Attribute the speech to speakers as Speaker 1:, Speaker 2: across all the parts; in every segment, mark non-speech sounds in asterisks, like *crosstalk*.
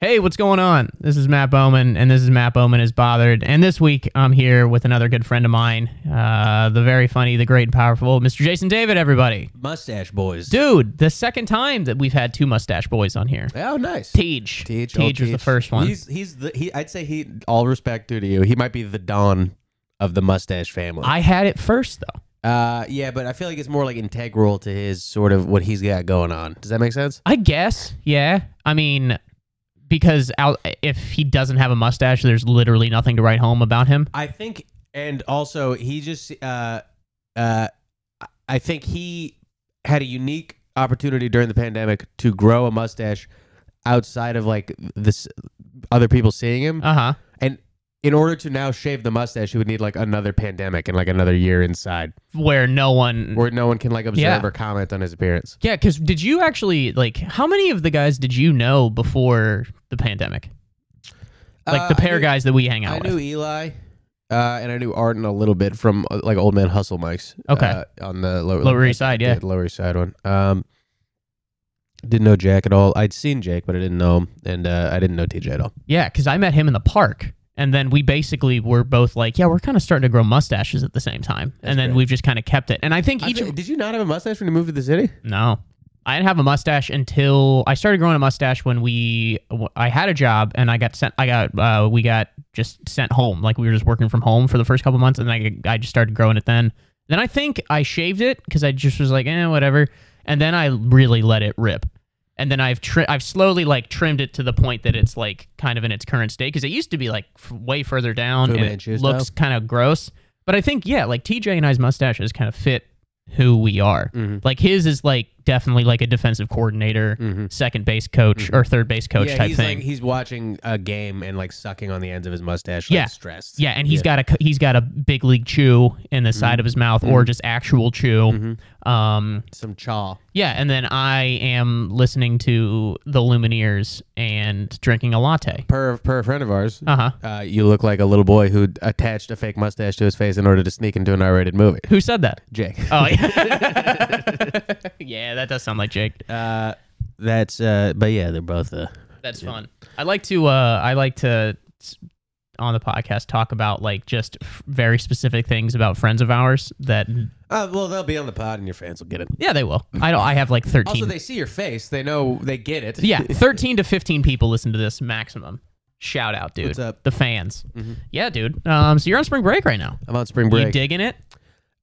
Speaker 1: Hey, what's going on? This is Matt Bowman, and this is Matt Bowman is Bothered. And this week, I'm here with another good friend of mine, uh, the very funny, the great and powerful Mr. Jason David, everybody.
Speaker 2: Mustache boys.
Speaker 1: Dude, the second time that we've had two mustache boys on here.
Speaker 2: Oh, nice.
Speaker 1: Tej.
Speaker 3: Tej, oh,
Speaker 1: Tej was the
Speaker 3: Tej.
Speaker 1: first one.
Speaker 2: He's he's the he. I'd say he. All respect due to you. He might be the don of the mustache family.
Speaker 1: I had it first, though.
Speaker 2: uh, yeah, but I feel like it's more like integral to his sort of what he's got going on. Does that make sense?
Speaker 1: I guess, yeah. I mean, because out, if he doesn't have a mustache, there's literally nothing to write home about him.
Speaker 2: I think, and also he just uh uh, I think he had a unique opportunity during the pandemic to grow a mustache outside of like this other people seeing him.
Speaker 1: Uh huh.
Speaker 2: And in order to now shave the mustache, you would need like another pandemic and like another year inside
Speaker 1: Where no one.
Speaker 2: where no one can like observe
Speaker 1: Yeah.
Speaker 2: or comment on his appearance.
Speaker 1: Yeah, because did you actually like how many of the guys did you know before the pandemic? Like
Speaker 2: Uh,
Speaker 1: the
Speaker 2: I
Speaker 1: pair
Speaker 2: knew-
Speaker 1: guys that we hang out
Speaker 2: I
Speaker 1: with.
Speaker 2: knew Eli, uh, and I knew Arden a little bit from uh, like Old Man Hustle mics.
Speaker 1: Okay.
Speaker 2: uh, on the low,
Speaker 1: Lower East Side, yeah.
Speaker 2: the Lower East Side one. Um, didn't know Jack at all. I'd seen Jake, but I didn't know him, and uh, I didn't know TJ at all.
Speaker 1: Yeah, because I met him in the park, and then we basically were both like, yeah, we're kind of starting to grow mustaches at the same time, and then
Speaker 2: great.
Speaker 1: we've just kind of kept it. And I think
Speaker 2: I
Speaker 1: each
Speaker 2: feel- did you not have a mustache when you moved to the city?
Speaker 1: no, I didn't have a mustache until I started growing a mustache when we I had a job and I got sent. I got uh, we got just sent home. Like we were just working from home for the first couple months, and then I I just started growing it then. Then I think I shaved it because I just was like, eh, whatever. And then I really let it rip. And then I've tri- I've slowly like trimmed it to the point that it's like kind of in its current state because it used to be like f- way further down
Speaker 2: Fu
Speaker 1: and
Speaker 2: Manchu
Speaker 1: it looks kind of gross. But I think yeah, like TJ and I's mustaches kind of fit who we are.
Speaker 2: Mm-hmm.
Speaker 1: Like his is like definitely like a defensive coordinator, second base coach or third base coach
Speaker 2: Mm-hmm. yeah,
Speaker 1: type
Speaker 2: he's
Speaker 1: thing.
Speaker 2: like he's watching a game and like sucking on the ends of his mustache.
Speaker 1: Yeah.
Speaker 2: like, stressed.
Speaker 1: yeah, and he's got a he's got a big league chew in the
Speaker 2: Mm-hmm.
Speaker 1: side of his mouth or just actual chew. Um,
Speaker 2: some chaw.
Speaker 1: yeah, and then I am listening to the Lumineers and drinking a latte.
Speaker 2: Per per friend of ours,
Speaker 1: Uh huh.
Speaker 2: uh, you look like a little boy who attached a fake mustache to his face in order to sneak into an R-rated movie.
Speaker 1: Who said that?
Speaker 2: Jake.
Speaker 1: Oh
Speaker 2: *laughs*
Speaker 1: yeah, *laughs* yeah, that does sound like Jake.
Speaker 2: Uh, that's uh, but yeah, they're both uh,
Speaker 1: That's fun. I like to uh I like to s- on the podcast talk about like just f- very specific things about friends of ours that
Speaker 2: uh. Well, they'll be on the pod, and your fans will get it.
Speaker 1: yeah, they will. I don't I have like 13
Speaker 2: Also, they see your face; they know they get
Speaker 1: *laughs*
Speaker 2: it.
Speaker 1: Yeah, 13 to 15 people listen to this maximum. Shout out, dude.
Speaker 2: What's up?
Speaker 1: The fans. Yeah, dude. Um so you're on spring break right now.
Speaker 2: I'm on spring
Speaker 1: You
Speaker 2: Mm-hmm. break.
Speaker 1: digging it?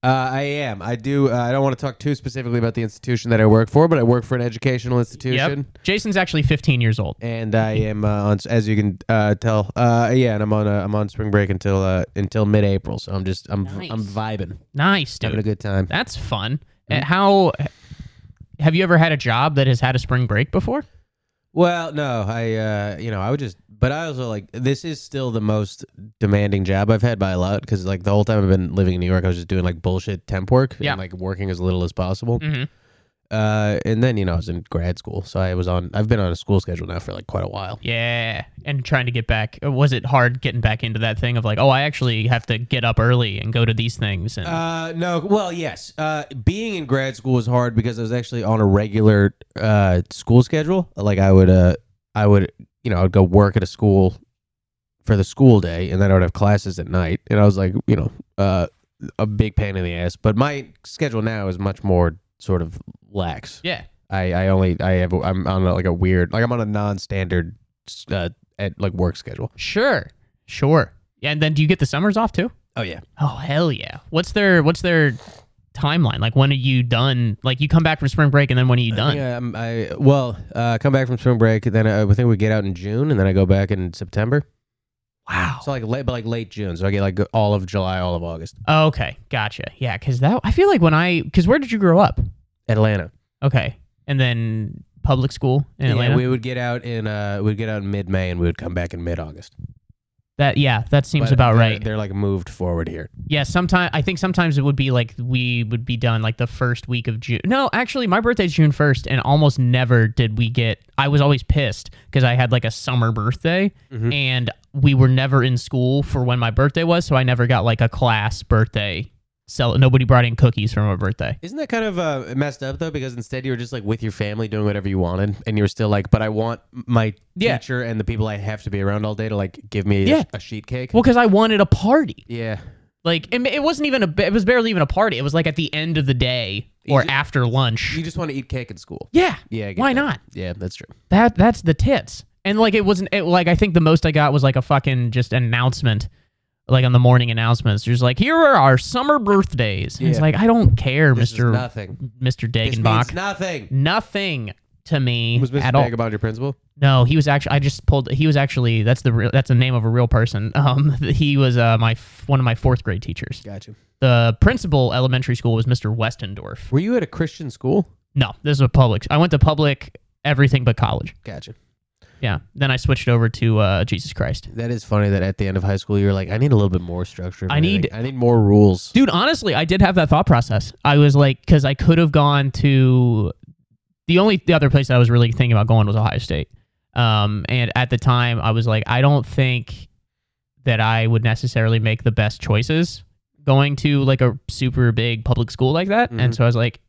Speaker 2: uh, I am. I do. Uh, I don't want to talk too specifically about the institution that I work for, but I work for an educational institution,
Speaker 1: Yep. Jason's actually 15 years old.
Speaker 2: and I am uh, on. As you can uh, tell, uh, yeah, and I'm on. Uh, I'm on spring break until uh, until mid-April. So I'm just. I'm.
Speaker 1: Nice.
Speaker 2: I'm vibing,
Speaker 1: Nice,
Speaker 2: having a Mm-hmm.
Speaker 1: dude.
Speaker 2: good time.
Speaker 1: That's fun. And how have you ever had a job that has had a spring break before?
Speaker 2: Well, no, I uh, you know, I would just but I also like this is still the most demanding job I've had by a lot cuz like the whole time I've been living in New York I was just doing like bullshit temp work
Speaker 1: Yeah.
Speaker 2: and like working as little as possible.
Speaker 1: Mhm.
Speaker 2: Uh and then you know, I was in grad school, so I was on I've been on a school schedule now for like quite a while.
Speaker 1: Yeah, and trying to get back. Was it hard getting back into that thing of like, oh, I actually have to get up early and go to these things? And
Speaker 2: Uh no, well, yes. Uh being in grad school was hard because I was actually on a regular uh school schedule. Like I would uh I would, you know, I would go work at a school for the school day and then I would have classes at night. And I was like, you know, uh a big pain in the ass, but my schedule now is much more sort of lax.
Speaker 1: yeah,
Speaker 2: I I only I have I'm on like a weird like I'm on a non-standard uh at like work schedule.
Speaker 1: sure, sure. Yeah, and then do you get the summers off too?
Speaker 2: Oh yeah.
Speaker 1: Oh hell yeah! What's their What's their timeline? Like when are you done? Like you come back from spring break and then when are you done?
Speaker 2: Uh, Yeah, I'm, I well, uh, come back from spring break. Then uh, I, I think we get out in June, and then I go back in September.
Speaker 1: Wow.
Speaker 2: So like late, but like late June. So I get like all of July, all of August.
Speaker 1: Okay, gotcha. Yeah, because that I feel like when I because where did you grow up?
Speaker 2: Atlanta.
Speaker 1: Okay, and then public school in Atlanta.
Speaker 2: Yeah, we would get out in uh, we'd get out in mid May, and we would come back in mid August.
Speaker 1: that yeah, that seems about right.
Speaker 2: They're like moved forward here.
Speaker 1: Yeah, sometimes I think sometimes it would be like we would be done like the first week of June. No, actually, my birthday's June first, and almost never did we get. I was always pissed because I had like a summer birthday,
Speaker 2: Mm-hmm.
Speaker 1: and we were never in school for when my birthday was, so I never got like a class birthday Sell nobody brought in cookies for my birthday.
Speaker 2: Isn't that kind of uh, messed up though? Because instead you were just like with your family doing whatever you wanted, and you were still like, "But I want my
Speaker 1: Yeah.
Speaker 2: teacher and the people I have to be around all day to like give me
Speaker 1: Yeah.
Speaker 2: a, a sheet cake."
Speaker 1: Well, because I wanted a party.
Speaker 2: yeah,
Speaker 1: Like it, it wasn't even a. ba- It was barely even a party. It was like at the end of the day or
Speaker 2: You-
Speaker 1: after lunch.
Speaker 2: you just want to eat cake in school.
Speaker 1: Yeah.
Speaker 2: Yeah, I get
Speaker 1: Why
Speaker 2: that.
Speaker 1: not?
Speaker 2: Yeah, that's true.
Speaker 1: That that's the tits. And like it wasn't it, like I think the most I got was like a fucking just announcement, like on the morning announcements. Just like here are our summer birthdays. And It's
Speaker 2: Yeah.
Speaker 1: like I don't care,
Speaker 2: This is
Speaker 1: Mister
Speaker 2: nothing.
Speaker 1: Mister
Speaker 2: This means
Speaker 1: Dagenbach.
Speaker 2: nothing.
Speaker 1: Nothing to me
Speaker 2: Was Mr.
Speaker 1: at all.
Speaker 2: Bag about your principal?
Speaker 1: No, he was actually. I just pulled. He was actually. That's the real. That's the name of a real person. *laughs* Um, he was uh my f- one of my fourth grade teachers.
Speaker 2: Gotcha.
Speaker 1: The principal elementary school was Mister Westendorf.
Speaker 2: Were you at a Christian school?
Speaker 1: No, this is a public. I went to public everything but college.
Speaker 2: Gotcha.
Speaker 1: Yeah. Then I switched over to uh, Jesus Christ.
Speaker 2: That is funny that at the end of high school you were like, I need a little bit more structure.
Speaker 1: I need-
Speaker 2: I need more rules.
Speaker 1: Dude, honestly, I did have that thought process. I was like, because I could have gone to the only the other place that I was really thinking about going was Ohio State. Um, and at the time, I was like, I don't think that I would necessarily make the best choices going to like a super big public school like that. And
Speaker 2: Mhm.
Speaker 1: so I was like,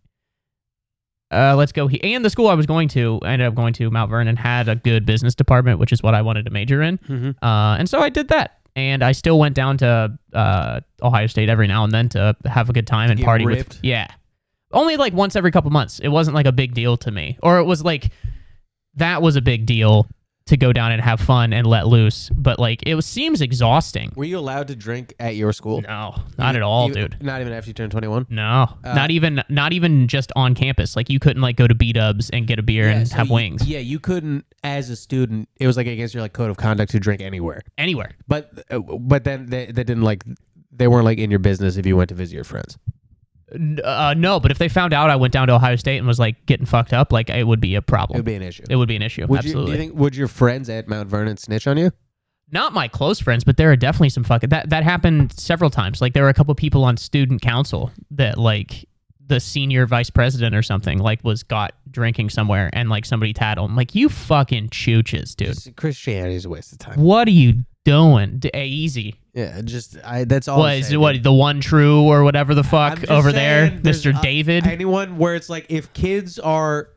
Speaker 1: uh, let's go here. And the school I was going to, I ended up going to Mount Vernon, had a good business department, which is what I wanted to major in.
Speaker 2: Mhm.
Speaker 1: Uh, and so I did that. And I still went down to uh, Ohio State every now and then to have a good time and
Speaker 2: Get
Speaker 1: party
Speaker 2: ripped?
Speaker 1: with. Yeah. Only like once every couple months. It wasn't like a big deal to me. Or it was like that was a big deal to go down and have fun and let loose. But like it was, seems exhausting.
Speaker 2: Were you allowed to drink at your school?
Speaker 1: No, not at all,
Speaker 2: You- Uh,
Speaker 1: dude.
Speaker 2: Not even after you turned 21?
Speaker 1: No, not even not even just on campus. Like you couldn't like go to B Dubs and get a beer and
Speaker 2: so
Speaker 1: have
Speaker 2: you-
Speaker 1: wings
Speaker 2: Yeah, you couldn't as a student. It was like against your like code of conduct to drink anywhere.
Speaker 1: anywhere.
Speaker 2: But uh, but then they, they didn't like they weren't like in your business if you went to visit your friends.
Speaker 1: N- Uh, no, but if they found out I went down to Ohio State and was like getting fucked up, like it would be a
Speaker 2: It
Speaker 1: problem.
Speaker 2: would be an issue.
Speaker 1: It would be an issue.
Speaker 2: would
Speaker 1: absolutely.
Speaker 2: You, do you think would your friends at Mount Vernon snitch on you?
Speaker 1: Not my close friends, but there are definitely some fucking that that happened several times. Like there were a couple people on student council that like the senior vice president or something like was got drinking somewhere and like somebody tattled. I'm like you fucking chooches, dude.
Speaker 2: Just- Christianity is a waste of time.
Speaker 1: What are you doing? D- eh, easy.
Speaker 2: Yeah, just I. That's all.
Speaker 1: What
Speaker 2: I'm
Speaker 1: is
Speaker 2: saying,
Speaker 1: what
Speaker 2: dude.
Speaker 1: the one true or whatever the
Speaker 2: I'm
Speaker 1: fuck
Speaker 2: just
Speaker 1: over there,
Speaker 2: saying there's,
Speaker 1: Mister
Speaker 2: uh,
Speaker 1: David?
Speaker 2: Anyone where it's like if kids are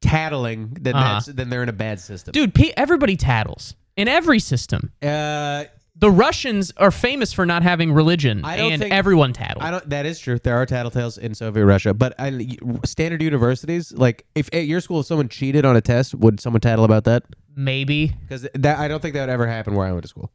Speaker 2: tattling, then
Speaker 1: Uh-huh.
Speaker 2: that's then they're in a bad system.
Speaker 1: dude, pe- everybody tattles in every system.
Speaker 2: Uh,
Speaker 1: The Russians are famous for not having religion,
Speaker 2: I don't
Speaker 1: and
Speaker 2: think-
Speaker 1: everyone tattles.
Speaker 2: I don't. That is true. There are tattletales in Soviet Russia, but I, standard universities, like if at your school if someone cheated on a test, would someone tattle about that?
Speaker 1: Maybe
Speaker 2: Because that I don't think that would ever happen where I went to school.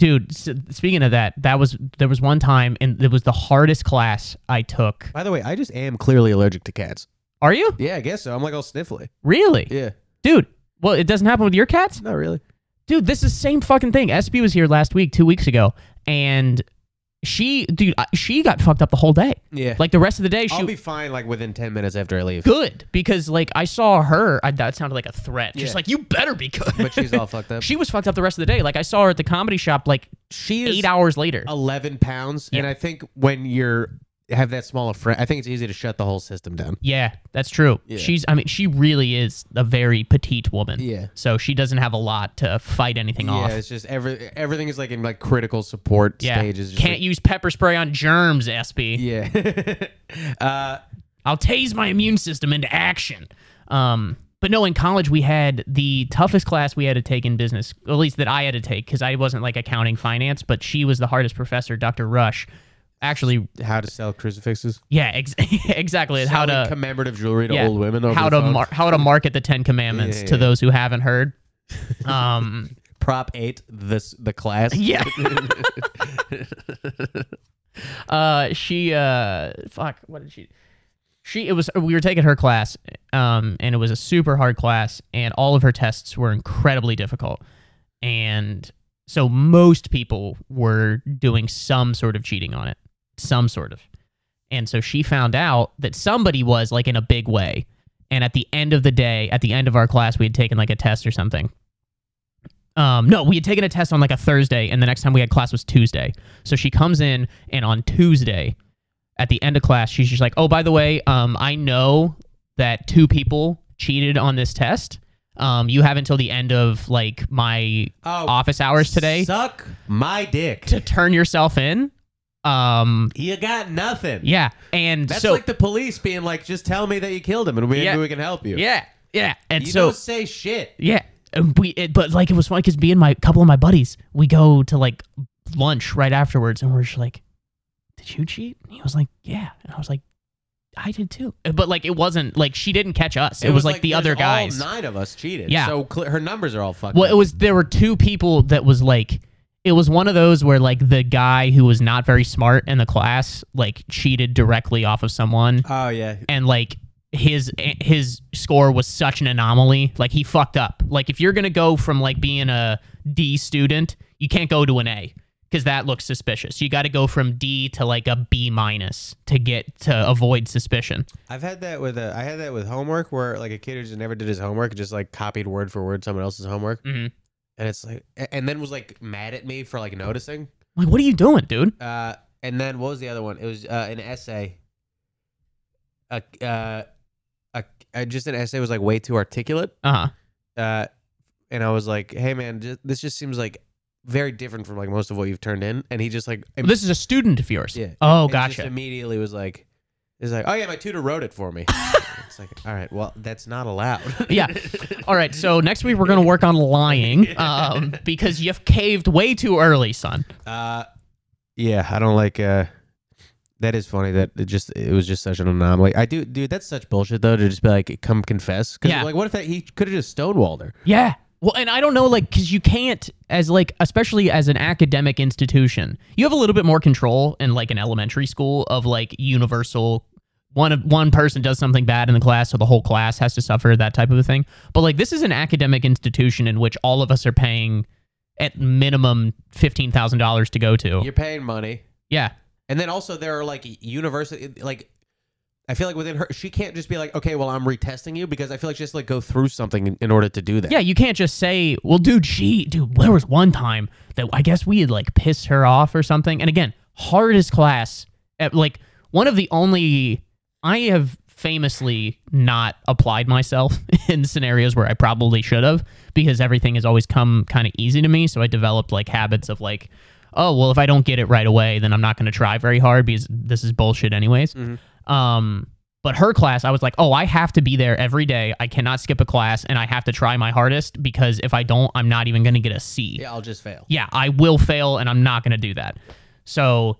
Speaker 1: dude s speaking of that that was there was one time and it was the hardest class i took
Speaker 2: By the way, I just am clearly allergic to cats.
Speaker 1: are you
Speaker 2: Yeah, I guess so. I'm like all sniffly.
Speaker 1: really
Speaker 2: Yeah,
Speaker 1: dude well it doesn't happen with your cats
Speaker 2: not really.
Speaker 1: dude this is same fucking thing sb was here last week two weeks ago and she dude I- she got fucked up the whole day
Speaker 2: Yeah,
Speaker 1: like the rest of the day she
Speaker 2: I'll be fine. Like within ten minutes after I leave,
Speaker 1: good because like i saw her I, that sounded like a threat she's
Speaker 2: Yeah.
Speaker 1: like you better be good
Speaker 2: *laughs* but she's all
Speaker 1: *laughs*
Speaker 2: fucked up.
Speaker 1: she was fucked up the rest of the day like i saw her at the comedy shop like
Speaker 2: She
Speaker 1: eight hours later
Speaker 2: eleven pounds, and I think when you're have that small a friend, I think it's easy to shut the whole system down.
Speaker 1: Yeah, that's true.
Speaker 2: Yeah.
Speaker 1: She's I mean she really is a very petite woman.
Speaker 2: Yeah.
Speaker 1: So she doesn't have a lot to fight anything
Speaker 2: Yeah,
Speaker 1: off.
Speaker 2: it's just every everything is like in like critical support
Speaker 1: Yeah.
Speaker 2: stages. Just
Speaker 1: Can't
Speaker 2: like-
Speaker 1: use pepper spray on germs, SB.
Speaker 2: Yeah. *laughs* uh,
Speaker 1: I'll tase my immune system into action. Um but no, in college we had the toughest class we had to take in business, at least that I had to take, because I wasn't like accounting finance, but she was the hardest professor, Dr. Rush. Actually,
Speaker 2: how to sell crucifixes?
Speaker 1: yeah, ex- *laughs* exactly. and how
Speaker 2: Selling
Speaker 1: to
Speaker 2: commemorative jewelry to
Speaker 1: Yeah.
Speaker 2: old women? Over
Speaker 1: how
Speaker 2: the
Speaker 1: to
Speaker 2: phone.
Speaker 1: mar- how to market the Ten Commandments
Speaker 2: Yeah, yeah,
Speaker 1: to
Speaker 2: yeah.
Speaker 1: those who haven't
Speaker 2: *laughs*
Speaker 1: heard. Um,
Speaker 2: prop eight this the *laughs* class?
Speaker 1: Yeah. *laughs* uh, she uh, fuck. What did she? She it was we were taking her class, um, and it was a super hard class, and all of her tests were incredibly difficult, and so most people were doing some sort of cheating on it, some sort of, and so she found out that somebody was like in a big way, and at the end of the day, at the end of our class, we had taken like a test or something, um, no, we had taken a test on like a Thursday, and the next time we had class was Tuesday. So she comes in, and on Tuesday, at the end of class, she's just like, "Oh, by the way, um, I know that two people cheated on this test. Um, you have until the end of like my
Speaker 2: Oh,
Speaker 1: office hours today
Speaker 2: Suck my dick.
Speaker 1: to turn yourself in, Um,
Speaker 2: You got nothing.
Speaker 1: yeah, and
Speaker 2: That's
Speaker 1: so
Speaker 2: like the police being like, just tell me that you killed him and we,
Speaker 1: Yeah.
Speaker 2: we can help you.
Speaker 1: yeah, yeah, and
Speaker 2: You
Speaker 1: so
Speaker 2: don't say shit.
Speaker 1: Yeah, and we. It, but like, it was funny because me and my couple of my buddies, we go to like lunch right afterwards, and we're just like, "Did you cheat?" And he was like, "Yeah," and I was like, "I did too." But like, it wasn't like she didn't catch us. It, was, like, the
Speaker 2: there's
Speaker 1: other guys.
Speaker 2: All nine of us cheated.
Speaker 1: Yeah.
Speaker 2: So cl- her numbers are all fucked
Speaker 1: well,
Speaker 2: up.
Speaker 1: it was there were two people that was like. It was one of those where like the guy who was not very smart in the class like cheated directly off of someone
Speaker 2: Oh yeah.
Speaker 1: and like his his score was such an anomaly. Like he fucked up. Like if you're gonna go from like being a D student, you can't go to an A because that looks suspicious. You got to go from D to like a B minus to get to avoid suspicion.
Speaker 2: I've had that with uh, I had that with homework where like a kid who just never did his homework just like copied word for word someone else's homework
Speaker 1: Mhm.
Speaker 2: and it's like a- and then was like mad at me for like noticing.
Speaker 1: Like what are you doing, dude?
Speaker 2: Uh, and then what was the other one? It was uh, an essay. A, uh, a, a just an essay was like way too articulate.
Speaker 1: Uh huh.
Speaker 2: Uh, and I was like, hey man, just, this just seems like very different from like most of what you've turned in. And he just like im-
Speaker 1: This is a student of yours.
Speaker 2: Yeah.
Speaker 1: Oh,
Speaker 2: and just
Speaker 1: gotcha.
Speaker 2: immediately was like, is like, oh yeah, my tutor wrote it for me. it's like, all right, well that's not allowed.
Speaker 1: *laughs* *laughs* yeah. All right. So next week we're gonna work on
Speaker 2: *laughs*
Speaker 1: lying um, because you've caved way too early, son.
Speaker 2: Uh, yeah, I don't like. Uh, that is funny. That it just it was just such an anomaly. I do, dude. That's such bullshit though. To just be like, come confess. 'Cause,
Speaker 1: Yeah.
Speaker 2: Like, what if that he could have just stonewalled her?
Speaker 1: Yeah. Well, and I don't know, like, because you can't, as like, especially as an academic institution, you have a little bit more control in like an elementary school of like universal. One of one person does something bad in the class, so the whole class has to suffer that type of a thing. But like, this is an academic institution in which all of us are paying at minimum fifteen thousand dollars to go to.
Speaker 2: You're paying money,
Speaker 1: Yeah.
Speaker 2: and then also there are like university like. I feel like within her, she can't just be like, okay, well, I'm retesting you because I feel like she has to like go through something in, in order to do that.
Speaker 1: Yeah, you can't just say, "Well, dude, she, dude, there was one time that I guess we had like pissed her off or something." And again, hardest class, at, like one of the only I have famously not applied myself *laughs* in scenarios where I probably should have because everything has always come kind of easy to me. So I developed like habits of like, oh, well, if I don't get it right away, then I'm not going to try very hard because this is bullshit anyways. Um, but her class, I was like, oh, I have to be there every day. I cannot skip a class and I have to try my hardest because if I don't, I'm not even going to get a C.
Speaker 2: Yeah, I'll just fail.
Speaker 1: Yeah, I will fail and I'm not going to do that. So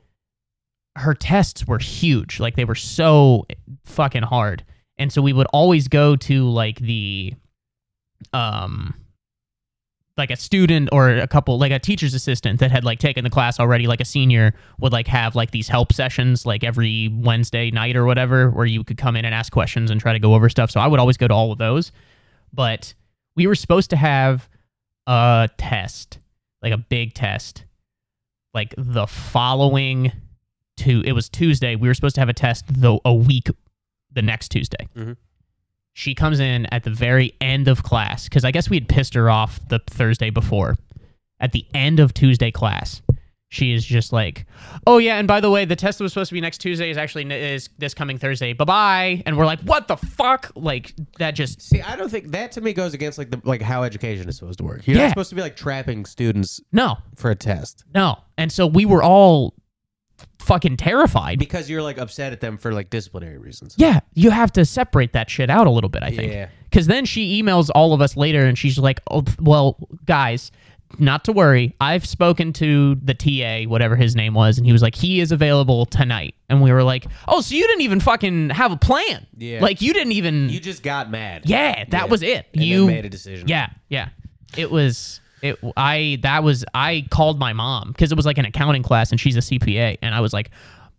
Speaker 1: her tests were huge. Like they were so fucking hard. And so we would always go to like the um like a student or a couple like a teacher's assistant that had like taken the class already like a senior would like have like these help sessions like every Wednesday night or whatever where you could come in and ask questions and try to go over stuff. So I would always go to all of those. But we were supposed to have a test, like a big test, like the following to it was Tuesday. We were supposed to have a test though a week the next Tuesday.
Speaker 2: Mhm.
Speaker 1: She comes in at the very end of class because I guess we had pissed her off the Thursday before. At the end of Tuesday class, she is just like, "Oh yeah, and by the way, the test that was supposed to be next Tuesday is actually n- is this coming Thursday. Bye bye." And we're like, "What the fuck?" Like that just
Speaker 2: See, I don't think that to me goes against like the like how education is supposed to work. You're
Speaker 1: Yeah.
Speaker 2: not supposed to be like trapping students
Speaker 1: no.
Speaker 2: for a test
Speaker 1: No. And so we were all fucking terrified.
Speaker 2: because you're like upset at them for like disciplinary reasons.
Speaker 1: Yeah, you have to separate that shit out a little bit, I think.
Speaker 2: Yeah.
Speaker 1: Because then she emails all of us later and she's like, oh, well, guys, not to worry. I've spoken to the TA, whatever his name was, and he was like, he is available tonight. And we were like, oh, so you didn't even fucking have a plan.
Speaker 2: Yeah.
Speaker 1: Like, you didn't even.
Speaker 2: You just got mad.
Speaker 1: yeah, that
Speaker 2: Yeah.
Speaker 1: was it.
Speaker 2: And then
Speaker 1: you
Speaker 2: made a decision.
Speaker 1: Yeah, yeah. It was it I that was I called my mom cuz it was like an accounting class and she's a CPA and I was like,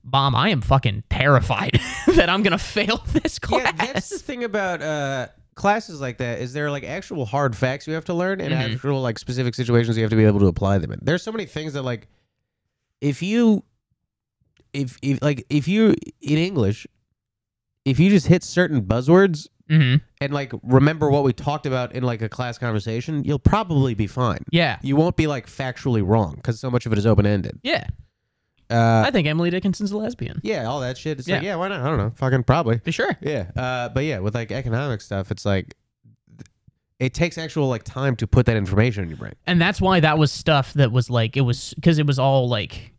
Speaker 1: "Mom, I am fucking terrified *laughs* that I'm going to fail this
Speaker 2: Yeah,
Speaker 1: class."
Speaker 2: that's the thing about uh classes like that is there are like actual hard facts you have to learn and
Speaker 1: Mm-hmm.
Speaker 2: actual like specific situations you have to be able to apply them in. There's so many things that like if you if if like if you in English if you just hit certain buzzwords
Speaker 1: Mhm.
Speaker 2: and like remember what we talked about in like a class conversation, you'll probably be fine.
Speaker 1: Yeah.
Speaker 2: You won't be like factually wrong because so much of it is open ended.
Speaker 1: Yeah.
Speaker 2: Uh,
Speaker 1: I think Emily Dickinson's a lesbian.
Speaker 2: yeah, all that shit. It's like
Speaker 1: Yeah.
Speaker 2: yeah, why not? I don't know. Fucking probably.
Speaker 1: For sure.
Speaker 2: Yeah. Uh, but yeah, with like economic stuff, it's like th- it takes actual like time to put that information in your brain.
Speaker 1: And that's why that was stuff that was like it was cuz it was all like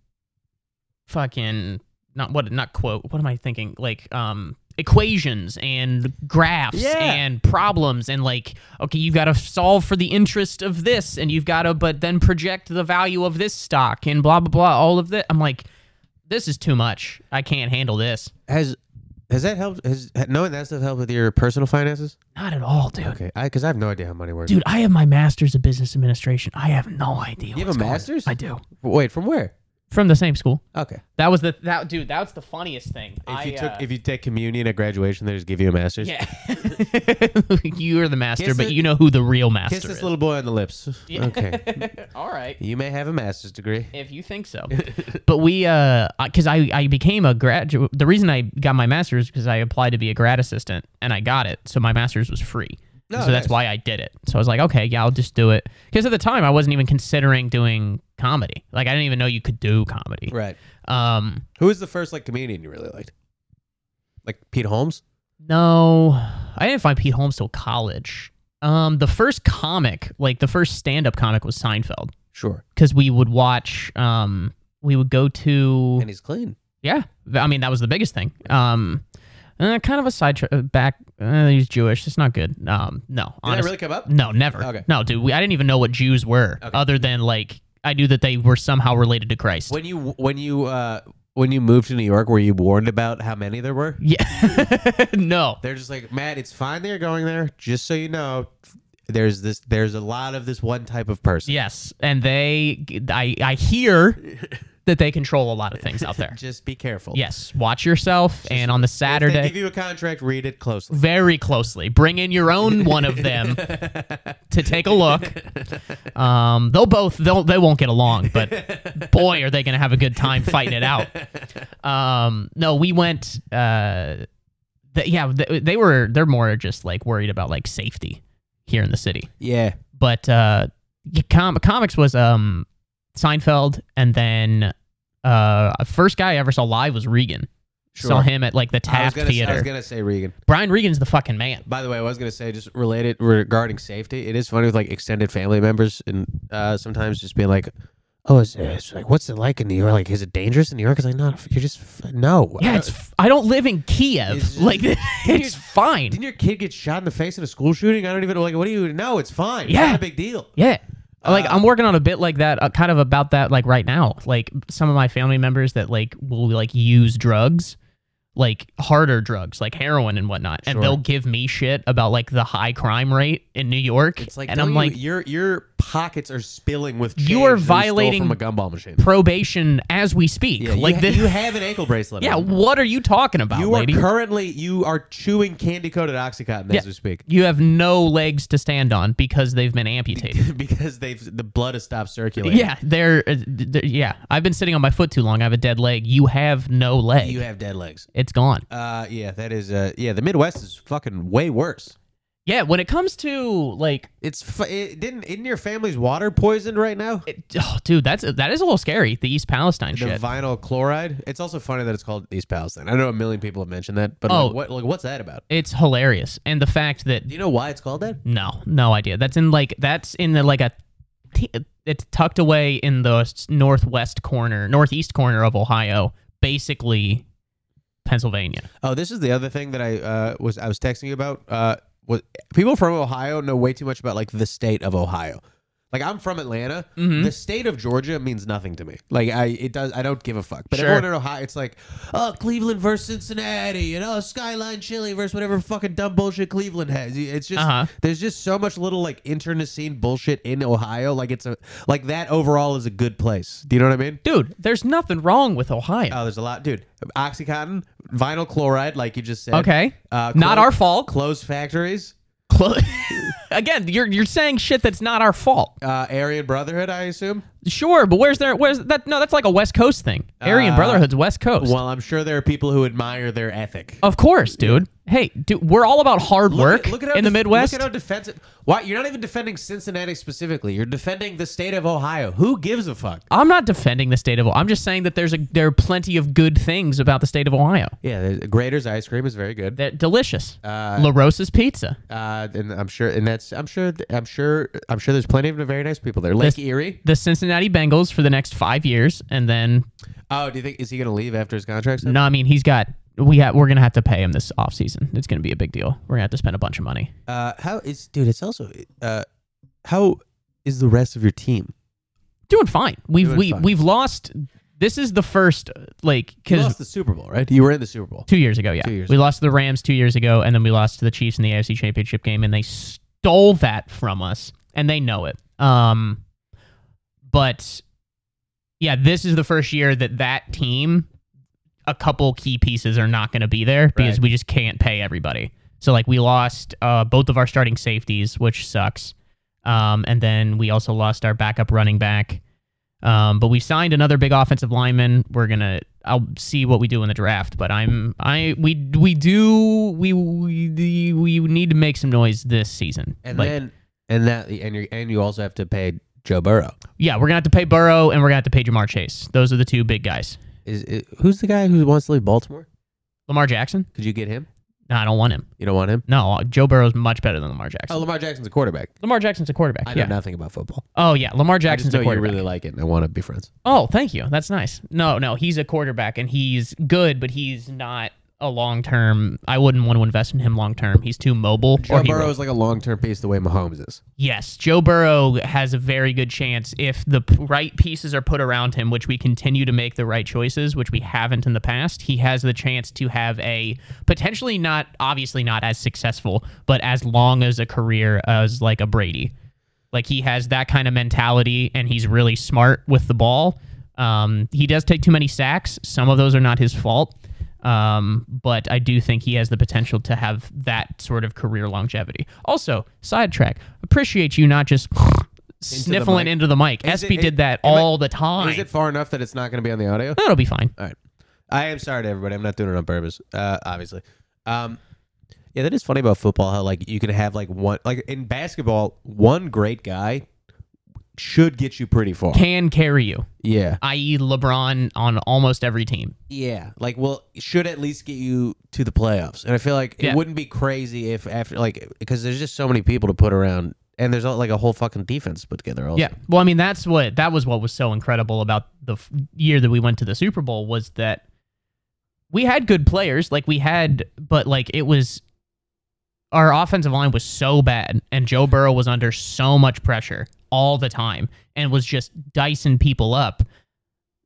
Speaker 1: fucking not what not quote what am I thinking like um equations and graphs
Speaker 2: Yeah.
Speaker 1: and problems and like okay you've got to solve for the interest of this and you've got to but then project the value of this stock and blah blah blah all of that I'm like this is too much I can't handle this
Speaker 2: Has has that helped? Has ha- knowing that stuff helped with your personal finances?
Speaker 1: not at all dude
Speaker 2: Okay, because I, have no idea how money works.
Speaker 1: dude I have my master's of business administration I have no idea
Speaker 2: you have
Speaker 1: what's
Speaker 2: a
Speaker 1: going-
Speaker 2: master's?
Speaker 1: I do
Speaker 2: Wait, from where?
Speaker 1: from the same school
Speaker 2: Okay. If
Speaker 1: that was the that dude that was the funniest thing uh, if
Speaker 2: you took, if you take communion at graduation, they just give you a master's.
Speaker 1: Yeah. You're the master,
Speaker 2: Kiss
Speaker 1: but *laughs*
Speaker 2: it-
Speaker 1: you know who the real master
Speaker 2: Kiss this
Speaker 1: is.
Speaker 2: little boy on the lips.
Speaker 1: *laughs* Yeah.
Speaker 2: Okay.
Speaker 1: *laughs* All right.
Speaker 2: You may have a master's degree.
Speaker 1: If you think so. *laughs* but we, uh, because I, I became a graduate. The reason I got my master's because I applied to be a grad assistant and I got it. So my master's was free.
Speaker 2: Oh,
Speaker 1: so that's
Speaker 2: nice.
Speaker 1: why I did it. So I was like, okay, yeah, I'll just do it. Because at the time, I wasn't even considering doing comedy. Like, I didn't even know you could do comedy.
Speaker 2: Right.
Speaker 1: Um,
Speaker 2: Who was the first like comedian you really liked? Like Pete Holmes?
Speaker 1: No, I didn't find Pete Holmes till college. Um, the first comic, like the first stand-up comic, was Seinfeld
Speaker 2: Sure.
Speaker 1: because we would watch. Um, we would go to.
Speaker 2: And he's clean.
Speaker 1: Yeah, th- I mean that was the biggest thing. Um, uh, kind of a side tra- uh, back. Uh, he's Jewish. It's not good. Um, no,
Speaker 2: Did that
Speaker 1: honestly,
Speaker 2: really come up?
Speaker 1: no, never.
Speaker 2: Okay.
Speaker 1: No, dude, we, I didn't even know what Jews were,
Speaker 2: Okay.
Speaker 1: other than like I knew that they were somehow related to Christ.
Speaker 2: When you when you uh when you moved to New York, were you warned about how many there were?
Speaker 1: Yeah, *laughs* no.
Speaker 2: They're just like, Matt, it's fine that you're going there. Just so you know, there's this there's a lot of this one type of person.
Speaker 1: Yes, and they, I, I hear
Speaker 2: *laughs*
Speaker 1: that they control a lot of things out there.
Speaker 2: Just be careful.
Speaker 1: Yes, watch yourself, and on the
Speaker 2: If they give
Speaker 1: Saturday,
Speaker 2: you a contract, read it closely.
Speaker 1: very closely, bring in your own one of
Speaker 2: *laughs*
Speaker 1: them to take a look. Um, they'll both they'll they won't get along,
Speaker 2: *laughs*
Speaker 1: but boy, are they going to have a good time fighting it out. Um, no, we went. Uh, th- yeah, they, they were they're more just like worried about like safety here in the city.
Speaker 2: Yeah.
Speaker 1: but uh yeah, com- comics was um Seinfeld and then uh first guy I ever saw live was Regan.
Speaker 2: Sure.
Speaker 1: Saw him at like the
Speaker 2: I was
Speaker 1: Taft
Speaker 2: gonna say- I
Speaker 1: Theater.
Speaker 2: was gonna say Regan.
Speaker 1: Brian Regan's the fucking man.
Speaker 2: By the way, I was gonna say just related regarding safety. It is funny with like extended family members and uh, sometimes just being like, "Oh, is, it's like what's it like in New York? Like, is it dangerous in New York?" It's like, "No, you're just f- no." Uh,
Speaker 1: Yeah, it's f- I don't live in Kiev.
Speaker 2: It's
Speaker 1: *laughs*
Speaker 2: just- *laughs*
Speaker 1: like it's fine.
Speaker 2: Didn't your kid get shot in the face in a school shooting? I don't even like. What do you know? It's fine. It's
Speaker 1: Yeah.
Speaker 2: not a big deal.
Speaker 1: Yeah.
Speaker 2: uh,
Speaker 1: Like I'm working on a bit like that, uh, kind of about that, like right now. Like some of my family members that like will like use drugs, like harder drugs, like heroin and whatnot,
Speaker 2: Sure.
Speaker 1: and they'll give me shit about like the high crime rate in New York.
Speaker 2: It's like,
Speaker 1: and
Speaker 2: don't
Speaker 1: I'm
Speaker 2: you-
Speaker 1: like,
Speaker 2: your your pockets are spilling with.
Speaker 1: You are
Speaker 2: change that stole
Speaker 1: violating-
Speaker 2: from a
Speaker 1: *laughs*
Speaker 2: gumball machine.
Speaker 1: probation as we speak.
Speaker 2: Yeah,
Speaker 1: like
Speaker 2: you, ha-
Speaker 1: this.
Speaker 2: you have an ankle
Speaker 1: *laughs*
Speaker 2: bracelet.
Speaker 1: yeah,
Speaker 2: on.
Speaker 1: what are you talking about,
Speaker 2: you
Speaker 1: lady?
Speaker 2: are currently you are chewing candy coated oxycontin
Speaker 1: Yeah.
Speaker 2: as we speak. *laughs*
Speaker 1: you have no legs to stand on because they've been
Speaker 2: *laughs*
Speaker 1: amputated.
Speaker 2: because they've the blood has stopped circulating.
Speaker 1: yeah, they're, uh, they're- yeah. I've been sitting on my foot too long. I have a dead leg. You have no leg.
Speaker 2: you have dead legs.
Speaker 1: it's gone.
Speaker 2: Uh, yeah, that is. Uh, yeah, the Midwest is fucking way worse.
Speaker 1: Yeah, when it comes to like,
Speaker 2: It's fu- it didn't isn't your family's water poisoned right now?
Speaker 1: it, oh, dude, that's that is a little scary. The East Palestine
Speaker 2: the
Speaker 1: shit.
Speaker 2: vinyl chloride. It's also funny that it's called East Palestine. I know a million people have mentioned that, but
Speaker 1: Oh.
Speaker 2: like, what like what's that about?
Speaker 1: it's hilarious, and the fact that
Speaker 2: Do you know why it's called that?
Speaker 1: No, no idea. That's in like that's in the like a t- it's tucked away in the s- northwest corner, northeast corner of Ohio, basically Pennsylvania.
Speaker 2: Oh, this is the other thing that I uh, was I was texting you about. Uh, was, people from Ohio know way too much about like the state of Ohio. Like I'm from Atlanta.
Speaker 1: Mm-hmm.
Speaker 2: The state of Georgia means nothing to me. Like I it does I don't give a fuck. But
Speaker 1: Sure.
Speaker 2: everyone in Ohio, it's like oh Cleveland versus Cincinnati and oh Skyline Chili versus whatever fucking dumb bullshit Cleveland has. It's just
Speaker 1: Uh-huh.
Speaker 2: there's just so much little like internecine bullshit in Ohio. Like it's a like that overall is a good place. Do you know what I mean?
Speaker 1: Dude, there's nothing wrong with Ohio.
Speaker 2: Oh, there's a lot, dude. Oxycontin, vinyl chloride, like you just said.
Speaker 1: okay.
Speaker 2: Uh,
Speaker 1: not
Speaker 2: clo-
Speaker 1: our fault.
Speaker 2: Closed factories.
Speaker 1: *laughs* Clo- Again, you're you're saying shit that's not our fault.
Speaker 2: Uh, Aryan Brotherhood, I assume.
Speaker 1: Sure, but where's there where's that no, that's like a West Coast thing. Aryan
Speaker 2: Uh,
Speaker 1: Brotherhood's West Coast.
Speaker 2: Well, I'm sure there are people who admire their ethic.
Speaker 1: of course, dude. Hey, dude, we're all about hard
Speaker 2: Oh, Look
Speaker 1: work
Speaker 2: at- look at how
Speaker 1: in the
Speaker 2: def-
Speaker 1: Midwest.
Speaker 2: Look at how defensive. Why you're not even defending Cincinnati specifically? You're defending the state of Ohio. Who gives a fuck?
Speaker 1: I'm not defending the state of Ohio. I'm just saying that there's a there are plenty of good things about the state of Ohio.
Speaker 2: Yeah, the Grader's ice cream is very good.
Speaker 1: They're delicious.
Speaker 2: Uh,
Speaker 1: La Rosa's Pizza.
Speaker 2: uh, and I'm sure, and that's I'm sure, I'm sure, I'm sure. There's plenty of very nice people there. Lake Erie.
Speaker 1: The Cincinnati Bengals for the next five years, and then
Speaker 2: Oh, do you think is he going to leave after his contract's up?
Speaker 1: no, I mean he's got we have we're gonna have to pay him this offseason. It's gonna be a big deal. We're gonna have to spend a bunch of money.
Speaker 2: Uh, how is dude? It's also uh, how is the rest of your team?
Speaker 1: Doing fine. We've
Speaker 2: Doing
Speaker 1: we
Speaker 2: fine.
Speaker 1: we've lost. This is the first like
Speaker 2: You
Speaker 1: because
Speaker 2: lost the Super Bowl, right? You were in the Super Bowl.
Speaker 1: two years ago. Yeah,
Speaker 2: Two years
Speaker 1: we lost to the Rams two years ago, and then we lost to the Chiefs in the AFC Championship game, and they stole that from us, and they know it. Um, but yeah, this is the first year that that team, a couple key pieces are not going to be there because
Speaker 2: Right.
Speaker 1: we just can't pay everybody. So like we lost uh, both of our starting safeties, which sucks. Um, and then we also lost our backup running back. Um, but we signed another big offensive lineman. We're gonna. I'll see what we do in the draft. But I'm. I we we do we we we need to make some noise this season.
Speaker 2: And
Speaker 1: Like,
Speaker 2: then and that and you and you also have to pay Joe Burrow.
Speaker 1: yeah, we're gonna have to pay Burrow and we're gonna have to pay Jamar Chase. Those are the two big guys.
Speaker 2: Is it, who's the guy who wants to leave Baltimore?
Speaker 1: Lamar Jackson?
Speaker 2: Could you get him?
Speaker 1: No, I don't want him.
Speaker 2: You don't want him?
Speaker 1: No, uh, Joe Burrow's much better than Lamar Jackson.
Speaker 2: Oh, Lamar Jackson's a quarterback.
Speaker 1: Lamar Jackson's a quarterback.
Speaker 2: I know
Speaker 1: yeah.
Speaker 2: nothing about football.
Speaker 1: Oh yeah, Lamar Jackson's
Speaker 2: Jackson's I
Speaker 1: a
Speaker 2: just know you
Speaker 1: quarterback.
Speaker 2: really like it, and I want to be friends.
Speaker 1: Oh, thank you. That's nice. No, no, he's a quarterback and he's good, but he's not a long term. I wouldn't want to invest in him long term. He's too mobile.
Speaker 2: Joe
Speaker 1: or he
Speaker 2: Burrow is like a long-term piece, the way Mahomes is.
Speaker 1: Yes, Joe Burrow has a very good chance if the p- right pieces are put around him, which we continue to make the right choices, which we haven't in the past. He has the chance to have a potentially not, obviously not as successful, but as long as a career as like a Brady. Like he has that kind of mentality and he's really smart with the ball. Um, he does take too many sacks. Some of those are not his fault. Um, but I do think he has the potential to have that sort of career longevity. Also, sidetrack, appreciate you not just sniffling
Speaker 2: mic.
Speaker 1: into the mic.
Speaker 2: Is it-
Speaker 1: Espy
Speaker 2: it-
Speaker 1: did that
Speaker 2: am I-
Speaker 1: all the time.
Speaker 2: Is it far enough that it's not going to be on the audio?
Speaker 1: That'll be fine.
Speaker 2: *laughs* All right. I am sorry to everybody. I'm not doing it on purpose. Uh, obviously. Um, yeah, that is funny about football. How like you can have like one like in basketball, one great guy should get you pretty far.
Speaker 1: Can carry you,
Speaker 2: Yeah.
Speaker 1: i.e., LeBron on almost every team.
Speaker 2: Yeah. Like, well, it should at least get you to the playoffs. And I feel like
Speaker 1: Yeah.
Speaker 2: it wouldn't be crazy if after like because there's just so many people to put around, and there's like a whole fucking defense to put together. Also.
Speaker 1: Yeah. Well, I mean, that's what that was what was so incredible about the f- year that we went to the Super Bowl was that we had good players, like we had, but like it was our offensive line was so bad, and Joe Burrow was under so much pressure all the time, and was just dicing people up.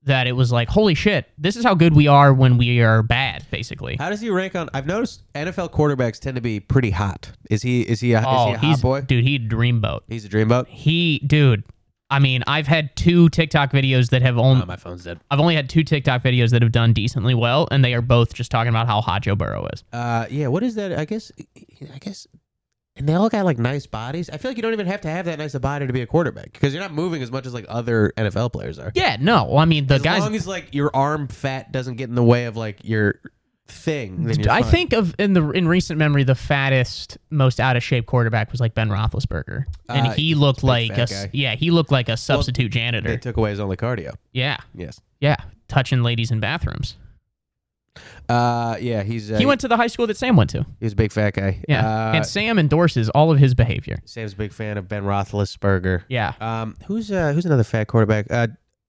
Speaker 1: That it was like, holy shit, this is how good we are when we are bad, basically.
Speaker 2: How does he rank on? I've noticed NFL quarterbacks tend to be pretty hot. Is he? Is he a,
Speaker 1: Oh,
Speaker 2: is he a
Speaker 1: he's
Speaker 2: hot boy?
Speaker 1: dude, he dreamboat.
Speaker 2: He's a dreamboat.
Speaker 1: He, dude. I mean, I've had two TikTok videos that have only
Speaker 2: Oh, my phone's dead.
Speaker 1: I've only had two TikTok videos that have done decently well, and they are both just talking about how hot Joe Burrow is.
Speaker 2: Uh, yeah. What is that? I guess. I guess. And they all got like nice bodies. I feel like you don't even have to have that nice a body to be a quarterback because you're not moving as much as like other NFL players are.
Speaker 1: Yeah, no, well, I mean the
Speaker 2: as
Speaker 1: guys.
Speaker 2: long as like your arm fat doesn't get in the way of like your thing, then you're
Speaker 1: I
Speaker 2: fine.
Speaker 1: think of in the in recent memory, the fattest, most out of shape quarterback was like Ben Roethlisberger, and
Speaker 2: Uh,
Speaker 1: he looked like
Speaker 2: fat
Speaker 1: a s-
Speaker 2: guy.
Speaker 1: yeah, he looked like a substitute janitor.
Speaker 2: they took away his only cardio.
Speaker 1: yeah,
Speaker 2: Yes.
Speaker 1: yeah, touching ladies in bathrooms.
Speaker 2: Uh, yeah. He's uh,
Speaker 1: He went to the high school that Sam went to.
Speaker 2: He's a big fat guy.
Speaker 1: Yeah,
Speaker 2: Uh,
Speaker 1: and Sam endorses all of his behavior.
Speaker 2: Sam's a big fan of Ben Roethlisberger.
Speaker 1: Yeah,
Speaker 2: Um, who's uh, who's another fat quarterback? Uh,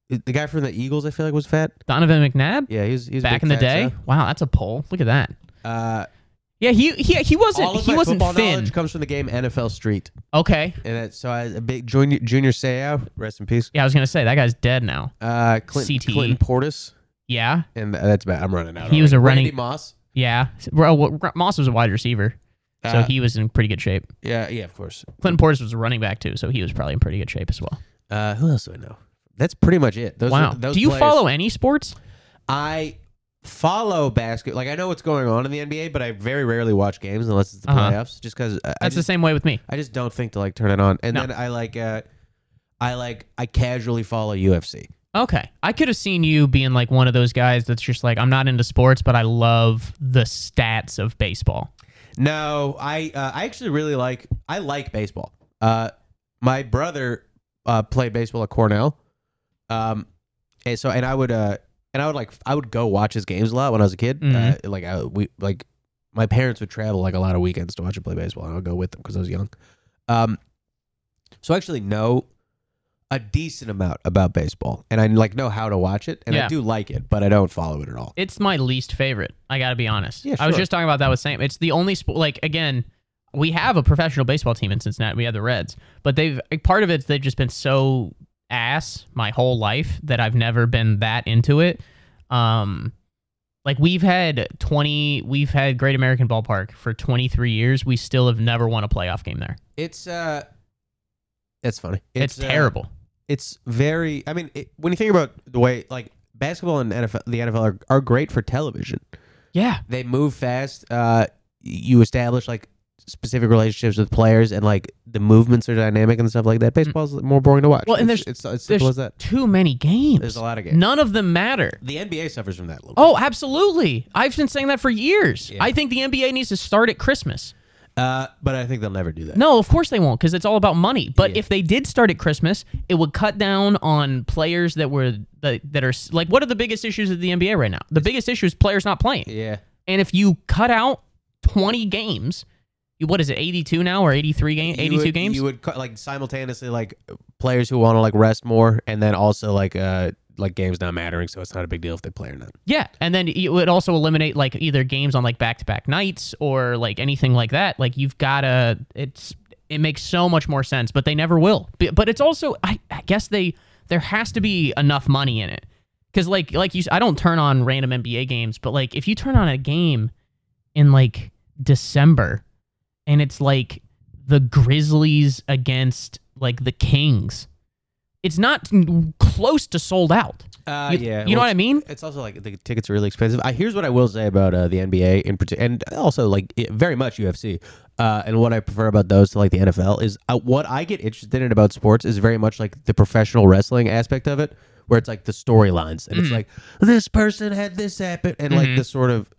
Speaker 2: the guy from the Eagles, I feel like was fat.
Speaker 1: Donovan McNabb
Speaker 2: Yeah, he's he's
Speaker 1: back in the day. Wow, that's a poll. Look at that.
Speaker 2: Uh,
Speaker 1: Yeah, he he he wasn't
Speaker 2: all of
Speaker 1: he
Speaker 2: my
Speaker 1: wasn't
Speaker 2: football
Speaker 1: thin.
Speaker 2: knowledge comes from the game NFL Street,
Speaker 1: Okay,
Speaker 2: and that, so I a big junior junior Seau, rest in peace.
Speaker 1: Yeah, I was gonna say that guy's dead now.
Speaker 2: Uh, Clinton,
Speaker 1: CTE.
Speaker 2: Clinton Portis,
Speaker 1: Yeah,
Speaker 2: and that's bad. I'm running out.
Speaker 1: He was a
Speaker 2: already.
Speaker 1: running-
Speaker 2: Randy Moss.
Speaker 1: yeah. Well, well, Gr- Moss was a wide receiver, so
Speaker 2: Uh,
Speaker 1: he was in pretty good shape.
Speaker 2: Yeah, yeah, of course.
Speaker 1: Clinton Portis was a running back too, so he was probably in pretty good shape as well.
Speaker 2: Uh, who else do I know? That's pretty much it. Those
Speaker 1: wow.
Speaker 2: Are, those
Speaker 1: Do you
Speaker 2: players-
Speaker 1: follow any sports?
Speaker 2: I follow basket. Like I know what's going on in the NBA, but I very rarely watch games unless it's the
Speaker 1: Uh-huh.
Speaker 2: playoffs. Just because I,
Speaker 1: That's
Speaker 2: just,
Speaker 1: the same way with me.
Speaker 2: I just don't think to like turn it on. And
Speaker 1: No.
Speaker 2: then I like uh I like I casually follow UFC.
Speaker 1: Okay. I could have seen you being like one of those guys that's just like, I'm not into sports, but I love the stats of baseball.
Speaker 2: No, I uh, I actually really like I like baseball. Uh, my brother uh, played baseball at Cornell, um, and so and I would uh and I would like I would go watch his games a lot when I was a kid.
Speaker 1: Mhm.
Speaker 2: Uh, like I we like my parents would travel like a lot of weekends to watch him play baseball, and I would go with them because I was young. Um, so I actually know a decent amount about baseball, and I like know how to watch it, and I
Speaker 1: Yeah.
Speaker 2: do like it, but I don't follow it at all.
Speaker 1: It's my least favorite. I got to be honest.
Speaker 2: Yeah,
Speaker 1: I was
Speaker 2: sure.
Speaker 1: just talking about that with Sam. It's the only sport, like, again, we have a professional baseball team in Cincinnati. We have the Reds, but they've, like, part of it's they've just been so ass my whole life that I've never been that into it. Um, like we've had 20 we've had great american ballpark for 23 years we still have never won a playoff game there
Speaker 2: It's uh, that's funny.
Speaker 1: it's,
Speaker 2: uh,
Speaker 1: terrible
Speaker 2: it's very. I mean, it, when you think about the way like basketball and NFL, the NFL are, are great for television.
Speaker 1: yeah
Speaker 2: They move fast. Uh, you establish like specific relationships with players, and like the movements are dynamic and stuff like that. Baseball's more boring to watch.
Speaker 1: Mm. Well, and
Speaker 2: It's-
Speaker 1: there's-
Speaker 2: it's, as simple as
Speaker 1: there's
Speaker 2: that.
Speaker 1: too many games.
Speaker 2: There's a lot of games.
Speaker 1: None of them matter.
Speaker 2: The NBA suffers from that a little.
Speaker 1: Oh, absolutely. I've been saying that for years.
Speaker 2: Yeah.
Speaker 1: I think the NBA needs to start at Christmas.
Speaker 2: bit. Uh, but I think they'll never do that.
Speaker 1: No, of course they won't because it's all about money. But
Speaker 2: Yeah.
Speaker 1: if they did start at Christmas, it would cut down on players that were that, that are like what are the biggest issues of the NBA right now? The biggest issue is players not playing.
Speaker 2: Yeah.
Speaker 1: And if you cut out 20 games, you- what is it? 82 now or 83 game,
Speaker 2: You
Speaker 1: 82
Speaker 2: would-
Speaker 1: games?
Speaker 2: You would cut, like simultaneously like players who want to like rest more, and then also like uh like games not mattering, so it's not a big deal if they play or not.
Speaker 1: Yeah, and then it would also eliminate like either games on like back to back nights or like anything like that. Like you've gotta, it's it makes so much more sense, but they never will. B- But it's also, I, I guess they there has to be enough money in it because like like you, s- I don't turn on random NBA games, but like if you turn on a game in like December and it's like the Grizzlies against like the Kings, it's not n- close to sold out.
Speaker 2: Uh,
Speaker 1: You,
Speaker 2: yeah,
Speaker 1: you know
Speaker 2: well,
Speaker 1: what I mean?
Speaker 2: It's also like the tickets are really expensive. I, here's what I will say about uh, the NBA in particular, and also like it, very much UFC. Uh, and what I prefer about those to like the NFL is uh, what I get interested in about sports is very much like the professional wrestling aspect of it, where it's like the storylines and it's like this person had this happen, and like
Speaker 1: Mhm.
Speaker 2: the sort of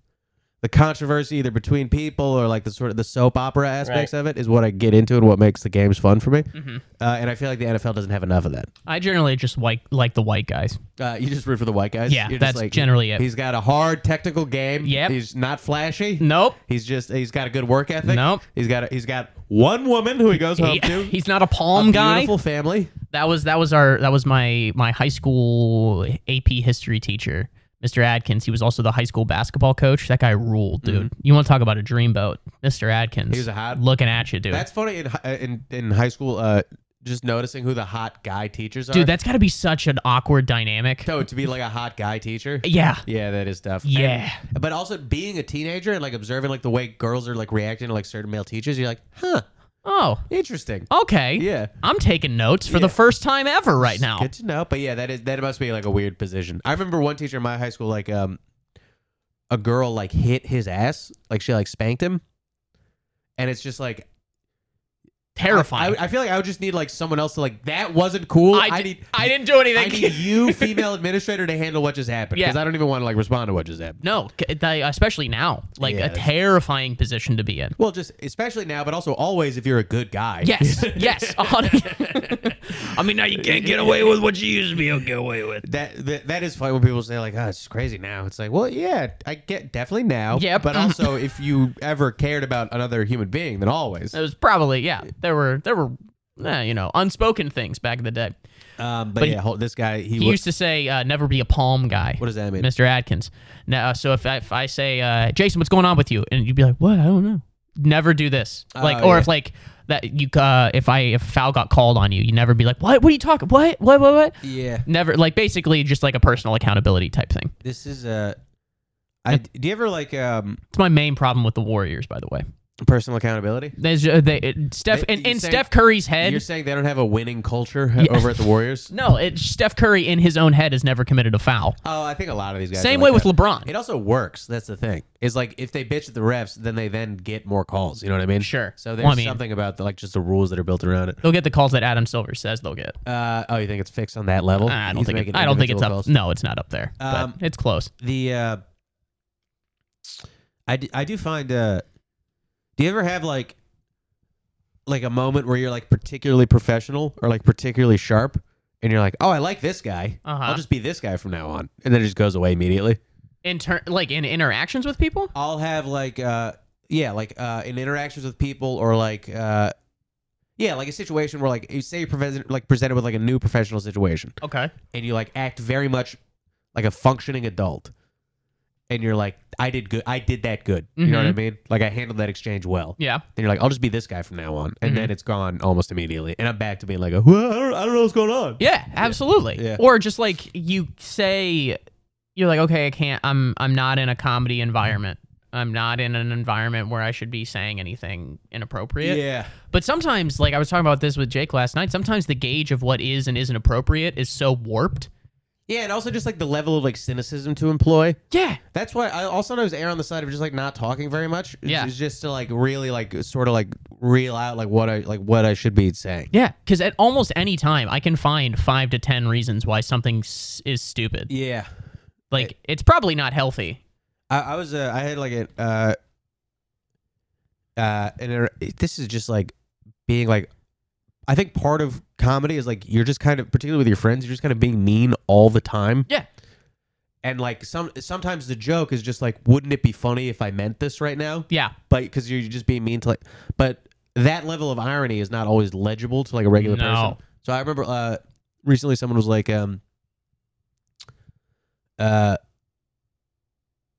Speaker 2: the controversy either between people or like the sort of the soap opera aspects of it is what I get into and what makes the games fun for me. Uh, and I feel like the NFL doesn't have enough of that.
Speaker 1: I generally just like like the white guys.
Speaker 2: Uh, you just root for the white guys.
Speaker 1: Yeah,
Speaker 2: You're just
Speaker 1: that's generally it.
Speaker 2: He's got a hard technical game.
Speaker 1: Yep.
Speaker 2: He's not flashy.
Speaker 1: Nope.
Speaker 2: He's just he's got a good work ethic.
Speaker 1: Nope.
Speaker 2: He's got a, he's got one woman who he goes home
Speaker 1: He-
Speaker 2: to.
Speaker 1: *laughs* he's not a
Speaker 2: a
Speaker 1: palm guy.
Speaker 2: Beautiful family.
Speaker 1: That was that was our that was my my high school AP history teacher, Mr. Adkins. He was also the high school basketball coach. That guy ruled, dude. You want to talk about a dreamboat, Mr. Adkins?
Speaker 2: He was Mm-hmm. a hot-
Speaker 1: looking at you, dude.
Speaker 2: That's funny in hi- in in high school. Uh, just noticing who the hot guy teachers are.
Speaker 1: dude, that's got to be such an awkward dynamic.
Speaker 2: so to be like a hot
Speaker 1: *laughs*
Speaker 2: guy teacher.
Speaker 1: Yeah,
Speaker 2: Yeah, that is tough.
Speaker 1: Yeah.
Speaker 2: And- but also being a teenager and like observing like the way girls are like reacting to like certain male teachers, you're like, huh,
Speaker 1: Oh,
Speaker 2: interesting.
Speaker 1: okay.
Speaker 2: Yeah.
Speaker 1: I'm taking notes for the
Speaker 2: Yeah.
Speaker 1: first time ever right now.
Speaker 2: Good to know. But yeah, that is that must be like a weird position. I remember one teacher in my high school, like um, a girl like hit his ass, like she like spanked him, and it's just like
Speaker 1: Terrifying.
Speaker 2: I, I feel like I would just need like someone else to like that wasn't cool. I,
Speaker 1: di- *laughs*
Speaker 2: need
Speaker 1: I didn't do
Speaker 2: I
Speaker 1: anything.
Speaker 2: need you, female administrator, to handle what just happened because
Speaker 1: Yeah.
Speaker 2: I don't even want to like respond to what just happened.
Speaker 1: no, c- they- especially now, like
Speaker 2: Yeah,
Speaker 1: a
Speaker 2: that's-
Speaker 1: terrifying position to be in.
Speaker 2: Well, just especially now, but also always if you're a good guy.
Speaker 1: *laughs* Yes, yes. a hundred- *laughs* I mean, now you can't get away with what you used to be able to get away with.
Speaker 2: That, that that is funny when people say like, "Oh, it's crazy now." It's like, well, yeah, I get definitely now.
Speaker 1: Yep. *laughs*
Speaker 2: But also, if you ever cared about another human being, then always.
Speaker 1: It was probably yeah. There were there were eh, you know unspoken things back in the day.
Speaker 2: Um, but,
Speaker 1: But
Speaker 2: yeah, hold, this guy, he,
Speaker 1: He
Speaker 2: wa-
Speaker 1: used to say, uh, "Never be a palm guy."
Speaker 2: what does that mean?
Speaker 1: Mr. Adkins? Now, uh, so if I, if I say, uh, "Jason, what's going on with you?" and you'd be like, "What? I don't know." Never do this. Like,
Speaker 2: Oh,
Speaker 1: or
Speaker 2: yeah.
Speaker 1: if like that you uh, if I if a foul got called on you, you never be like, "What? What are you talking? What? What? What? What?"
Speaker 2: Yeah,
Speaker 1: Never like basically just like a personal accountability type thing.
Speaker 2: this is Uh, I, do you ever like um
Speaker 1: It's my main problem with the Warriors, by the way.
Speaker 2: Personal accountability.
Speaker 1: There's uh, they, it, Steph
Speaker 2: They-
Speaker 1: in,
Speaker 2: you
Speaker 1: in
Speaker 2: say-
Speaker 1: Steph Curry's head.
Speaker 2: You're saying they don't have a winning culture *laughs*
Speaker 1: Yeah.
Speaker 2: over at the
Speaker 1: *laughs*
Speaker 2: Warriors?
Speaker 1: no, it, Steph Curry in his own head has never committed a foul.
Speaker 2: Oh, I think a lot of these guys.
Speaker 1: Same
Speaker 2: are
Speaker 1: way
Speaker 2: like
Speaker 1: with
Speaker 2: that.
Speaker 1: LeBron.
Speaker 2: It also works. That's the thing. Is like if they bitch at the refs, then they then get more calls. You know what I mean?
Speaker 1: Sure.
Speaker 2: So
Speaker 1: Well,
Speaker 2: there's
Speaker 1: I mean-
Speaker 2: something about the, like just the rules that are built around it.
Speaker 1: They'll get the calls that Adam Silver says they'll get.
Speaker 2: Uh, oh, you think it's fixed on that level?
Speaker 1: I don't
Speaker 2: He's
Speaker 1: think it,
Speaker 2: making
Speaker 1: I don't think it's up.
Speaker 2: individual calls.
Speaker 1: No, it's not up there.
Speaker 2: Um,
Speaker 1: but it's close.
Speaker 2: the uh I d- I do find uh do you ever have like like a moment where you're like particularly professional or like particularly sharp and you're like oh i like this guy
Speaker 1: Uh-huh.
Speaker 2: i'll just be this guy from now on and then it just goes away immediately
Speaker 1: In turn, like in interactions with people.
Speaker 2: i'll have like uh yeah like uh in interactions with people or like uh yeah like a situation where like you say you're prevent- like presented with like a new professional situation
Speaker 1: Okay.
Speaker 2: and you like act very much like a functioning adult and you're like i did good i did that good you know what i
Speaker 1: Mhm.
Speaker 2: mean like i handled that exchange well
Speaker 1: Yeah.
Speaker 2: then you're like i'll just be this guy from now on and then it's gone almost immediately and i'm back to being like a, well, I, don't, I don't know what's going on
Speaker 1: Yeah. Absolutely.
Speaker 2: Yeah.
Speaker 1: Or just like you say, you're like, okay, I can't. I'm I'm not in a comedy environment. I'm not in an environment where I should be saying anything inappropriate.
Speaker 2: yeah
Speaker 1: But sometimes, like I was talking about this with Jake last night, sometimes the gauge of what is and isn't appropriate is so warped.
Speaker 2: yeah and also just like the level of like cynicism to employ
Speaker 1: Yeah.
Speaker 2: that's why i also sometimes err on the side of just like not talking very much It's-
Speaker 1: Yeah.
Speaker 2: it's just to like really like sort of like reel out like what i like what i should be saying
Speaker 1: Yeah. Because at almost any time, I can find five to 10 reasons why something s- is stupid.
Speaker 2: yeah
Speaker 1: Like, it's probably not healthy.
Speaker 2: I, I was uh, I had like a uh, uh, and it- this is just like being like I think part of comedy is like you're just kind of particularly with your friends you're just kind of being mean all the time
Speaker 1: Yeah.
Speaker 2: and like some sometimes the joke is just like wouldn't it be funny if I meant this right now
Speaker 1: Yeah.
Speaker 2: but because you're just being mean to like but that level of irony is not always legible to like a regular
Speaker 1: No.
Speaker 2: person so i remember uh recently someone was like um uh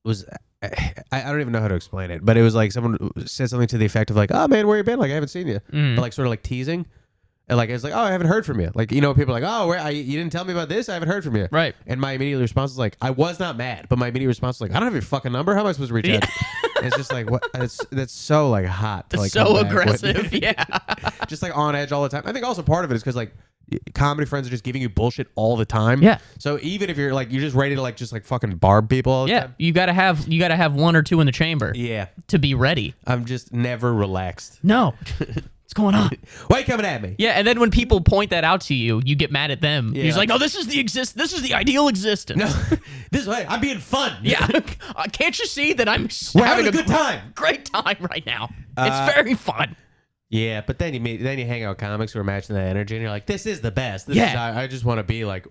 Speaker 2: was I, I don't even know how to explain it but it was like someone said something to the effect of like oh man where you been like i haven't seen you
Speaker 1: Mm.
Speaker 2: but like sort of like teasing and like it's like oh i haven't heard from you like you know people are like oh where I, you didn't tell me about this i haven't heard from you
Speaker 1: right.
Speaker 2: and my immediate response is like, I was not mad, but my immediate response is like, I don't have your fucking number. How am I supposed to reach out? And it's just like what? It's, that's so like hot. To, like,
Speaker 1: so
Speaker 2: oh, come back with.
Speaker 1: aggressive. yeah.
Speaker 2: *laughs* just like on edge all the time. I think also part of it is because like y- comedy friends are just giving you bullshit all the time.
Speaker 1: Yeah.
Speaker 2: So even if you're like you're just ready to like just like fucking barb people. All the
Speaker 1: Yeah.
Speaker 2: Time,
Speaker 1: You got to have, you got to have one or two in the chamber
Speaker 2: yeah.
Speaker 1: to be ready.
Speaker 2: I'm just never relaxed.
Speaker 1: No. What's going on?
Speaker 2: Why you coming at me?
Speaker 1: *laughs*
Speaker 2: *laughs*
Speaker 1: Yeah, and then when people point that out to you, you get mad at them.
Speaker 2: Yeah.
Speaker 1: He's like, "No, this is the exist. This is the ideal existence."
Speaker 2: No. *laughs* this way. I'm being fun.
Speaker 1: *laughs* Yeah, Uh, can't you see that I'm s-
Speaker 2: We're
Speaker 1: having,
Speaker 2: having a good
Speaker 1: gr-
Speaker 2: time.
Speaker 1: *laughs* great time right now?
Speaker 2: Uh,
Speaker 1: it's very fun.
Speaker 2: Yeah, but then you meet, then you hang out with comics who are matching that energy, and you're like, "This is the best." This
Speaker 1: Yeah.
Speaker 2: is, I, I just want to be like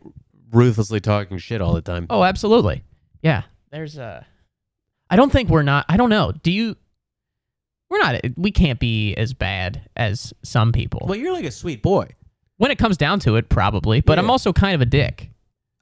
Speaker 2: ruthlessly talking shit all the time.
Speaker 1: Oh, absolutely. Yeah, there's a. I don't think we're not. I don't know. Do you? We're not. We can't be as bad as some people.
Speaker 2: Well, you're like a sweet boy.
Speaker 1: when it comes down to it, probably. But I'm
Speaker 2: Yeah.
Speaker 1: also kind of a dick.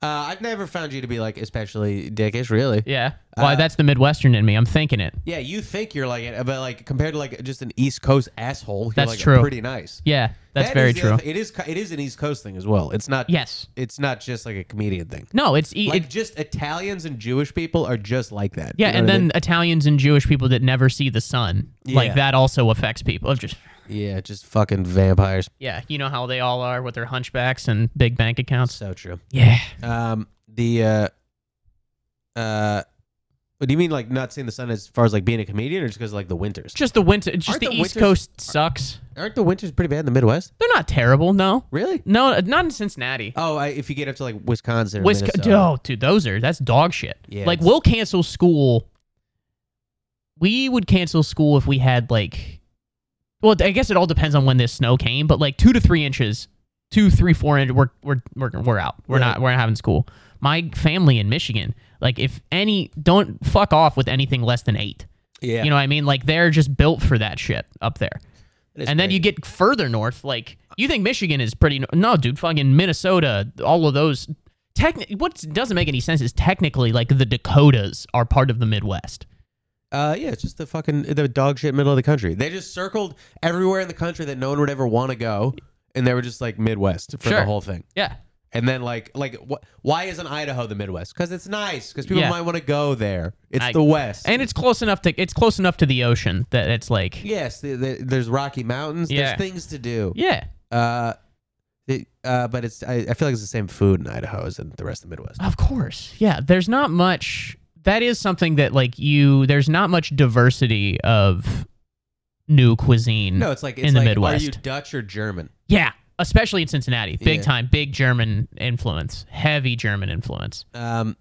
Speaker 2: Uh, I've never found you to be like especially dickish, really.
Speaker 1: Yeah. Well,
Speaker 2: Uh,
Speaker 1: that's the Midwestern in me. I'm thinking it.
Speaker 2: Yeah, you think you're like it, but like compared to like just an East Coast asshole, you're
Speaker 1: That's
Speaker 2: like
Speaker 1: true.
Speaker 2: pretty nice.
Speaker 1: Yeah, that's
Speaker 2: That
Speaker 1: very
Speaker 2: is the
Speaker 1: true.
Speaker 2: other thing. It is it is an East Coast thing as well. It's not
Speaker 1: yes.
Speaker 2: it's not just like a comedian thing.
Speaker 1: No, it's e-
Speaker 2: Like just Italians and Jewish people are just like that.
Speaker 1: Yeah,
Speaker 2: You know
Speaker 1: and
Speaker 2: what I
Speaker 1: then Italians and Jewish people that never see the sun,
Speaker 2: Yeah.
Speaker 1: like that also affects people. It's just
Speaker 2: mean? yeah, just fucking vampires.
Speaker 1: yeah, you know how they all are with their hunchbacks and big bank accounts.
Speaker 2: So true.
Speaker 1: Yeah,
Speaker 2: Um, the uh, uh, what do you mean like not seeing the sun as far as like being a comedian, or just because like the winters?
Speaker 1: It's just the winter, it's just
Speaker 2: Aren't
Speaker 1: the,
Speaker 2: the
Speaker 1: East
Speaker 2: winters-
Speaker 1: Coast sucks.
Speaker 2: Aren't the winters pretty bad in the Midwest?
Speaker 1: They're not terrible, no,
Speaker 2: Really?
Speaker 1: no, not in Cincinnati.
Speaker 2: Oh, I, if you get up to like Wisconsin, or
Speaker 1: Wisconsin,
Speaker 2: Minnesota.
Speaker 1: oh, dude, those are that's dog shit.
Speaker 2: Yeah,
Speaker 1: like
Speaker 2: it's-
Speaker 1: we'll cancel school. We would cancel school if we had like, well, I guess it all depends on when this snow came, but like two to three inches, two, three, four inches, we're we're we're, we're out. We're
Speaker 2: Yeah.
Speaker 1: not we're not having school. My family in Michigan, like if any, don't fuck off with anything less than eight.
Speaker 2: yeah,
Speaker 1: You know what I mean? Like they're just built for that shit up there.
Speaker 2: It is
Speaker 1: and then
Speaker 2: crazy.
Speaker 1: you get further north, like you think Michigan is pretty. No, dude, fucking Minnesota, all of those. Techni- what doesn't make any sense is technically like the Dakotas are part of the Midwest.
Speaker 2: uh, yeah, it's just the fucking the dog shit middle of the country. They just circled everywhere in the country that no one would ever want to go, and they were just like Midwest for
Speaker 1: Sure.
Speaker 2: the whole thing.
Speaker 1: Yeah,
Speaker 2: And then like like wh- why isn't Idaho the Midwest? Because it's nice. Because people
Speaker 1: Yeah.
Speaker 2: might want to go there. It's
Speaker 1: I-
Speaker 2: the West.
Speaker 1: and it's close enough to it's close enough to the ocean that it's like
Speaker 2: yes, the, the, there's Rocky Mountains.
Speaker 1: Yeah.
Speaker 2: There's things to do.
Speaker 1: yeah.
Speaker 2: Uh, it, uh, but it's I, I feel like it's the same food in Idaho as in the rest of the Midwest.
Speaker 1: Of course. Yeah. There's not much. That is something that, like, you. There's not much diversity of new cuisine.
Speaker 2: No, it's like it's
Speaker 1: In the
Speaker 2: like,
Speaker 1: Midwest.
Speaker 2: Are you Dutch or German?
Speaker 1: Yeah. Especially in Cincinnati. Big
Speaker 2: Yeah.
Speaker 1: time. Big German influence. Heavy German influence.
Speaker 2: Um,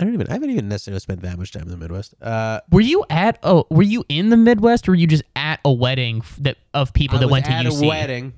Speaker 2: I don't even. I haven't even necessarily spent that much time in the Midwest. Uh,
Speaker 1: Were you at, oh, were you in the Midwest or were you just at a wedding f- that of people
Speaker 2: I
Speaker 1: that
Speaker 2: was
Speaker 1: went to
Speaker 2: at
Speaker 1: UC?
Speaker 2: a wedding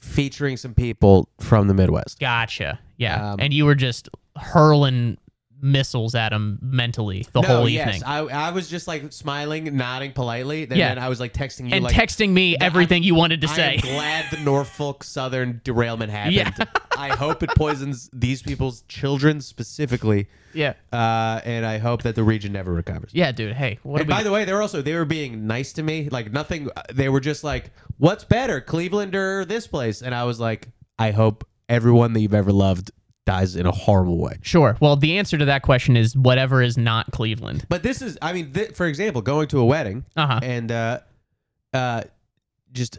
Speaker 2: featuring some people from the Midwest.
Speaker 1: Gotcha. Yeah.
Speaker 2: Um,
Speaker 1: and you were just hurling missiles at them mentally the
Speaker 2: no,
Speaker 1: whole
Speaker 2: yes,
Speaker 1: evening.
Speaker 2: I, I was just like smiling, nodding politely. And
Speaker 1: Yeah.
Speaker 2: then I was like texting you
Speaker 1: and
Speaker 2: like
Speaker 1: texting me
Speaker 2: I-
Speaker 1: everything you wanted to
Speaker 2: I
Speaker 1: say. *laughs*
Speaker 2: am glad the Norfolk Southern derailment happened.
Speaker 1: Yeah.
Speaker 2: I hope it poisons these people's children specifically,
Speaker 1: yeah.
Speaker 2: uh, and I hope that the region never recovers.
Speaker 1: Yeah, dude. Hey, what
Speaker 2: And
Speaker 1: do we
Speaker 2: by the way, they were also they were being nice to me. Like nothing. They were just like, "What's better, Cleveland or this place?" And I was like, "I hope everyone that you've ever loved dies in a horrible way."
Speaker 1: Sure. Well, the answer to that question is whatever is not Cleveland.
Speaker 2: But this is, I mean, th- for example, going to a wedding
Speaker 1: Uh huh.
Speaker 2: and uh, uh, just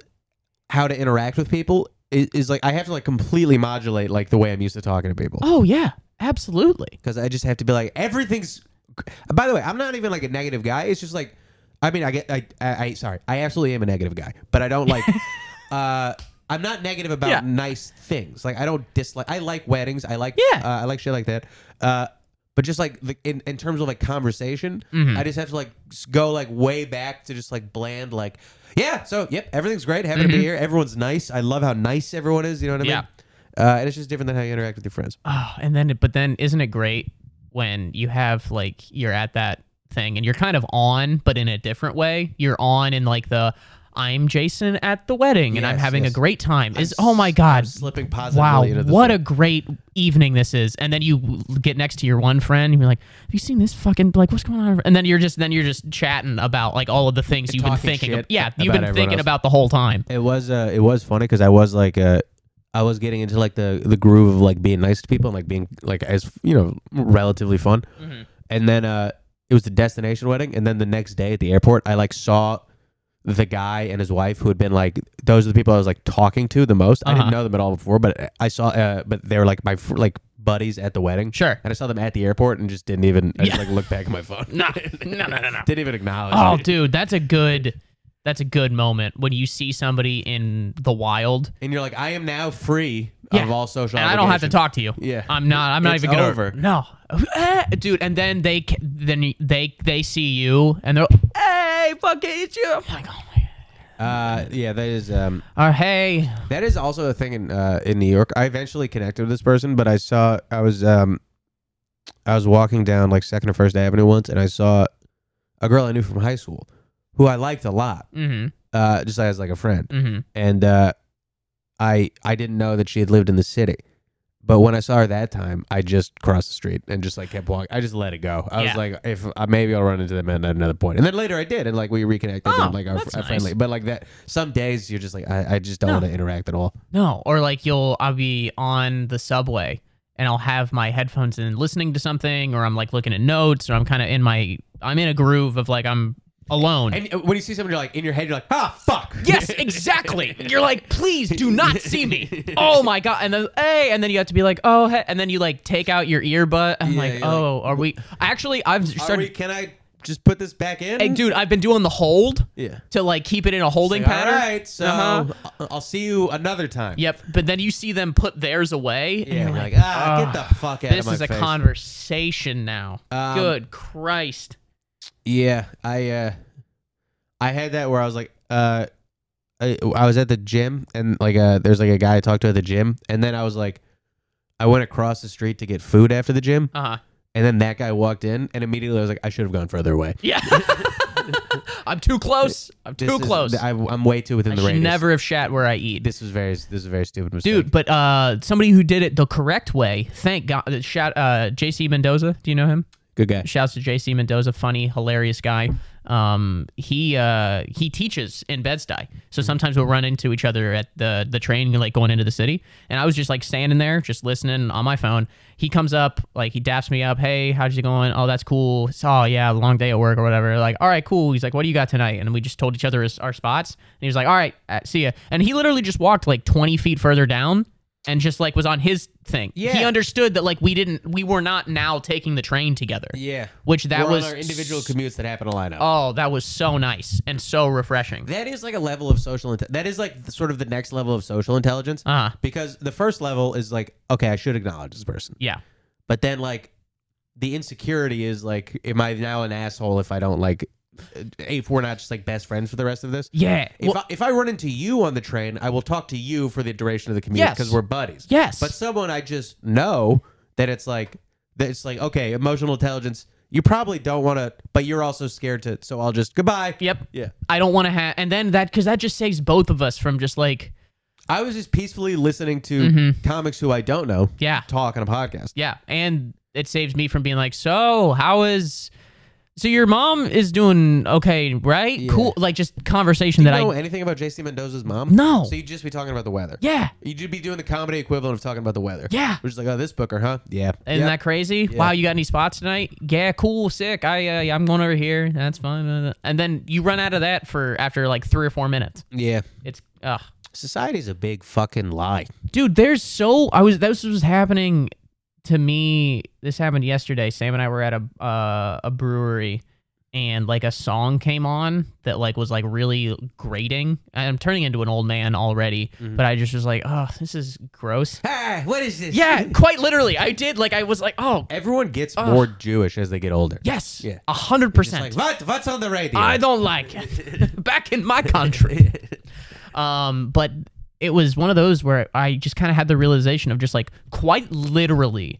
Speaker 2: how to interact with people is, is like I have to like completely modulate like the way I'm used to talking to people
Speaker 1: Oh yeah, absolutely.
Speaker 2: because I just have to be like everything's. By the way, I'm not even like a negative guy. It's just like, I mean, I get, I, I, I sorry, I absolutely am a negative guy, but I
Speaker 1: *laughs*
Speaker 2: don't like. uh I'm not negative about
Speaker 1: Yeah.
Speaker 2: nice things. Like I don't dislike. I like weddings. I like.
Speaker 1: Yeah.
Speaker 2: Uh, I like shit like that. Uh, but just like the, in in terms of like conversation,
Speaker 1: Mm-hmm.
Speaker 2: I just have to like s- go like way back to just like bland like. Yeah. So yep, everything's great. Happy to be here. Everyone's nice. I love how nice everyone is. You know what I
Speaker 1: Mm-hmm. Yeah.
Speaker 2: mean? Uh, and it's just different than how you interact with your friends.
Speaker 1: Oh, and then but then isn't it great when you have like you're at that thing and you're kind of on, but in a different way. You're on in like the I'm Jason at the wedding and I'm
Speaker 2: Yes,
Speaker 1: having
Speaker 2: yes.
Speaker 1: a great time. Is oh my
Speaker 2: s-
Speaker 1: god.
Speaker 2: I'm slipping positively
Speaker 1: Wow,
Speaker 2: into this
Speaker 1: what
Speaker 2: thing.
Speaker 1: a great evening this is! And then you get next to your one friend, and you're like, "Have you seen this fucking like what's going on?" over-" And then you're just then you're just chatting about like all of the things you've been
Speaker 2: talking
Speaker 1: thinking. Of,
Speaker 2: shit
Speaker 1: yeah, you've
Speaker 2: about
Speaker 1: been
Speaker 2: everyone
Speaker 1: thinking
Speaker 2: else.
Speaker 1: about the whole time.
Speaker 2: It was uh, it was funny because I was like uh, I was getting into like the the groove of like being nice to people and like being like as you know relatively fun,
Speaker 1: Mm-hmm.
Speaker 2: and then uh, it was the destination wedding, and then the next day at the airport, I like saw the guy and his wife who had been like those are the people I was like talking to the most. I
Speaker 1: Uh-huh.
Speaker 2: didn't know them at all before, but I saw uh, but they were like my fr- like buddies at the wedding.
Speaker 1: Sure.
Speaker 2: and I saw them at the airport and just didn't even
Speaker 1: Yeah.
Speaker 2: I just, like look back at my phone.
Speaker 1: *laughs* No, no, no, no, no.
Speaker 2: didn't even acknowledge.
Speaker 1: Oh,
Speaker 2: it.
Speaker 1: dude, that's a good. That's a good moment when you see somebody in the wild,
Speaker 2: and you're like, I am now free
Speaker 1: Yeah.
Speaker 2: of all social.
Speaker 1: and I don't have to
Speaker 2: obligation."
Speaker 1: talk to you.
Speaker 2: Yeah.
Speaker 1: I'm not. I'm not
Speaker 2: It's
Speaker 1: even gonna,
Speaker 2: over.
Speaker 1: No, *laughs* Eh, dude. And then they, ca- then you- they, they see you, and they're, hey, fucking, it's you. I'm like, oh my
Speaker 2: Uh, yeah, that is um,
Speaker 1: god. Or hey,
Speaker 2: that is also a thing in uh, in New York. I eventually connected with this person, but I saw I was um, I was walking down like Second or First Avenue once, and I saw a girl I knew from high school who I liked a lot,
Speaker 1: mm-hmm,
Speaker 2: uh, just as like a friend,
Speaker 1: mm-hmm.
Speaker 2: and uh, I I didn't know that she had lived in the city. But when I saw her that time, I just crossed the street and just like kept walking. I just let it go. I
Speaker 1: Yeah.
Speaker 2: was like, if uh, maybe I'll run into them at another point. And then later I did, and like we reconnected,
Speaker 1: Oh,
Speaker 2: and like our,
Speaker 1: that's
Speaker 2: our
Speaker 1: nice.
Speaker 2: friendly. But like that, some days you're just like, I, I just don't
Speaker 1: No.
Speaker 2: want to interact at all.
Speaker 1: No, or like you'll I'll be on the subway and I'll have my headphones in listening to something or I'm like looking at notes or I'm kind of in my I'm in a groove of like I'm alone.
Speaker 2: And uh, when you see someone, you're like in your head, you're like, ah, fuck. *laughs*
Speaker 1: yes, exactly. You're like, "Please do not see me." Oh my god. And then hey, and then you have to be like, "Oh, hey. and then you like take out your earbud. I'm
Speaker 2: Yeah,
Speaker 1: like,
Speaker 2: you're like,
Speaker 1: "Oh, are
Speaker 2: *laughs*
Speaker 1: we Actually, I've
Speaker 2: Are
Speaker 1: started
Speaker 2: we, can I just put this back in?
Speaker 1: Hey, dude, I've been doing the hold
Speaker 2: Yeah.
Speaker 1: to like keep it in a holding
Speaker 2: Like,
Speaker 1: pattern.
Speaker 2: All right, so
Speaker 1: Uh-huh.
Speaker 2: I- I'll see you another time.
Speaker 1: Yep, but then you see them put theirs away and
Speaker 2: Yeah,
Speaker 1: you're
Speaker 2: you're
Speaker 1: like,
Speaker 2: like, ah,
Speaker 1: "Ugh."
Speaker 2: get the fuck out
Speaker 1: this
Speaker 2: of my
Speaker 1: is a
Speaker 2: face.
Speaker 1: conversation now.
Speaker 2: Um,
Speaker 1: Good Christ.
Speaker 2: Yeah, I uh I had that where I was like uh I, I was at the gym and like uh there's like a guy I talked to at the gym and then I was like I went across the street to get food after the gym
Speaker 1: Uh huh.
Speaker 2: and then that guy walked in and immediately I was like I should have gone further away.
Speaker 1: *laughs*
Speaker 2: *laughs*
Speaker 1: Yeah. I'm too close. I'm
Speaker 2: This
Speaker 1: too
Speaker 2: is-
Speaker 1: close. I,
Speaker 2: I, am way too within the
Speaker 1: should
Speaker 2: radius.
Speaker 1: never have shat where I eat.
Speaker 2: This was very this is a very stupid mistake.
Speaker 1: Dude, but uh, somebody who did it the correct way, thank God. uh, Shout, uh, JC Mendoza. Do you know him?
Speaker 2: good guy.
Speaker 1: Shouts to JC Mendoza, funny, hilarious guy. um, he uh, he teaches in Bed-Stuy. So sometimes we'll run into each other at the the train like going into the city. And I was just like standing there, just listening on my phone. He comes up, like he daps me up, hey, how's it going? Oh, that's cool. It's, oh yeah, long day at work or whatever. Like, all right, cool. He's like, what do you got tonight? And we just told each other his, our spots. And he was like, all right, uh, see ya. And he literally just walked like 20 feet further down. And just like was on his thing.
Speaker 2: Yeah.
Speaker 1: He understood that like we didn't, we were not now taking the train together.
Speaker 2: Yeah.
Speaker 1: Which that
Speaker 2: We're
Speaker 1: was
Speaker 2: on our individual commutes that happen to line up.
Speaker 1: Oh, that was so nice and so refreshing.
Speaker 2: That is like a level of social. Inte- that is like the, sort of the next level of social intelligence.
Speaker 1: Uh,
Speaker 2: because the first level is like, okay, I should acknowledge this person,
Speaker 1: yeah.
Speaker 2: but then like, the insecurity is like, am I now an asshole if I don't like, if we're not just like best friends for the rest of this?
Speaker 1: Yeah.
Speaker 2: If, I, if I run into you on the train, I will talk to you for the duration of the commute
Speaker 1: Yes.
Speaker 2: because we're buddies.
Speaker 1: yes.
Speaker 2: But someone I just know that it's like that it's like okay, emotional intelligence. You probably don't want to, but you're also scared to. So I'll just goodbye.
Speaker 1: yep.
Speaker 2: Yeah.
Speaker 1: I don't want to have, and then that, because that just saves both of us from just like,
Speaker 2: I was just peacefully listening to
Speaker 1: Mm-hmm.
Speaker 2: comics who I don't know
Speaker 1: yeah,
Speaker 2: talk on a podcast.
Speaker 1: yeah. And it saves me from being like, so how is, so your mom is doing okay, right? Cool. Like just conversation
Speaker 2: Do you
Speaker 1: that
Speaker 2: know
Speaker 1: I,
Speaker 2: anything about JC Mendoza's mom?
Speaker 1: No.
Speaker 2: So you'd just be talking about the weather.
Speaker 1: yeah,
Speaker 2: You'd just be doing the comedy equivalent of talking about the weather.
Speaker 1: yeah.
Speaker 2: Which is like, oh, this booker, huh? Yeah.
Speaker 1: Isn't that crazy? Wow, you got any spots tonight? Yeah, cool, sick. I, uh, yeah, I'm going over here. That's fine. And then you run out of that for after like three or four minutes.
Speaker 2: yeah.
Speaker 1: It's, ugh.
Speaker 2: Society's a big fucking lie.
Speaker 1: dude there's so i was this was happening to me this happened yesterday sam and i were at a uh, a brewery and like a song came on that like was like really grating i'm turning into an old man already
Speaker 2: Mm-hmm.
Speaker 1: but i just was like oh this is gross
Speaker 2: Ah, what is this?
Speaker 1: yeah
Speaker 2: *laughs*
Speaker 1: quite literally i did like i was like oh
Speaker 2: Everyone gets more Jewish as they get older.
Speaker 1: yes
Speaker 2: Yeah.
Speaker 1: a hundred
Speaker 2: It's like,
Speaker 1: percent
Speaker 2: what? What's on the radio?
Speaker 1: i
Speaker 2: *laughs*
Speaker 1: don't like it *laughs* back in my country um but it was one of those where i just kind of had the realization of just like quite literally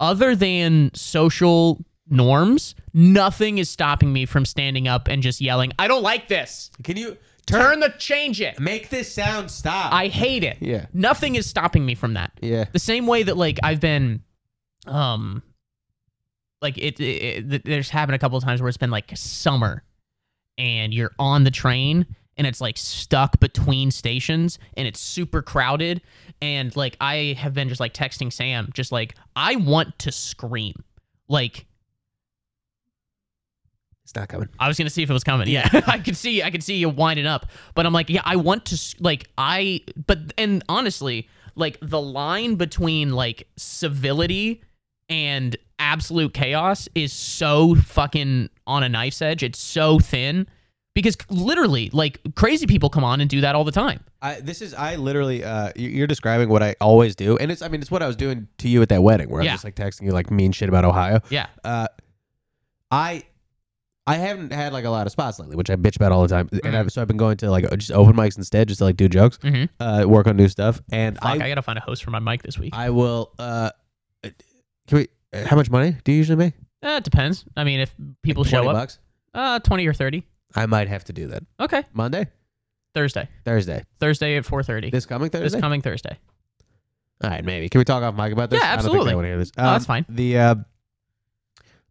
Speaker 1: other than social norms nothing is stopping me from standing up and just yelling i don't like this
Speaker 2: Can you turn?
Speaker 1: turn the change it
Speaker 2: Make this sound stop.
Speaker 1: i hate it
Speaker 2: Yeah.
Speaker 1: nothing is stopping me from that
Speaker 2: yeah.
Speaker 1: the same way that like I've been, um, like it, it, it- there's happened a couple of times where it's been like summer, and you're on the train and it's like stuck between stations and it's super crowded and like I have been just like texting Sam just like I want to scream like
Speaker 2: It's not coming.
Speaker 1: I was gonna see if it was coming. Yeah, *laughs* I could see, I could see you winding up. But I'm like, yeah, I want to, s- like, I. But and honestly, like the line between like civility and absolute chaos is so fucking on a knife's edge. It's so thin because c- literally, like, crazy people come on and do that all the time.
Speaker 2: I, this is I literally uh, you- you're describing what I always do, and it's I mean it's what I was doing to you at that wedding where
Speaker 1: Yeah.
Speaker 2: I'm just like texting you like mean shit about Ohio.
Speaker 1: Yeah,
Speaker 2: Uh, I I haven't had like a lot of spots lately, which I bitch about all the time,
Speaker 1: Mm-hmm.
Speaker 2: and I've, so I've been going to like just open mics instead, just to like do jokes,
Speaker 1: Mhm.
Speaker 2: uh, work on new stuff, and
Speaker 1: fuck, I,
Speaker 2: I
Speaker 1: gotta find a host for my mic this week.
Speaker 2: I will. Uh, can we? uh, How much money do you usually make?
Speaker 1: Uh, it depends. I mean, if people show
Speaker 2: 20
Speaker 1: up,
Speaker 2: bucks?
Speaker 1: uh, twenty or thirty.
Speaker 2: I might have to do that
Speaker 1: Okay,
Speaker 2: Monday,
Speaker 1: Thursday,
Speaker 2: Thursday,
Speaker 1: Thursday at four thirty.
Speaker 2: this coming Thursday.
Speaker 1: This coming Thursday.
Speaker 2: All right, maybe. Can we talk off mic about this?
Speaker 1: Yeah, absolutely.
Speaker 2: I don't think they want to hear this.
Speaker 1: No, that's fine.
Speaker 2: The uh,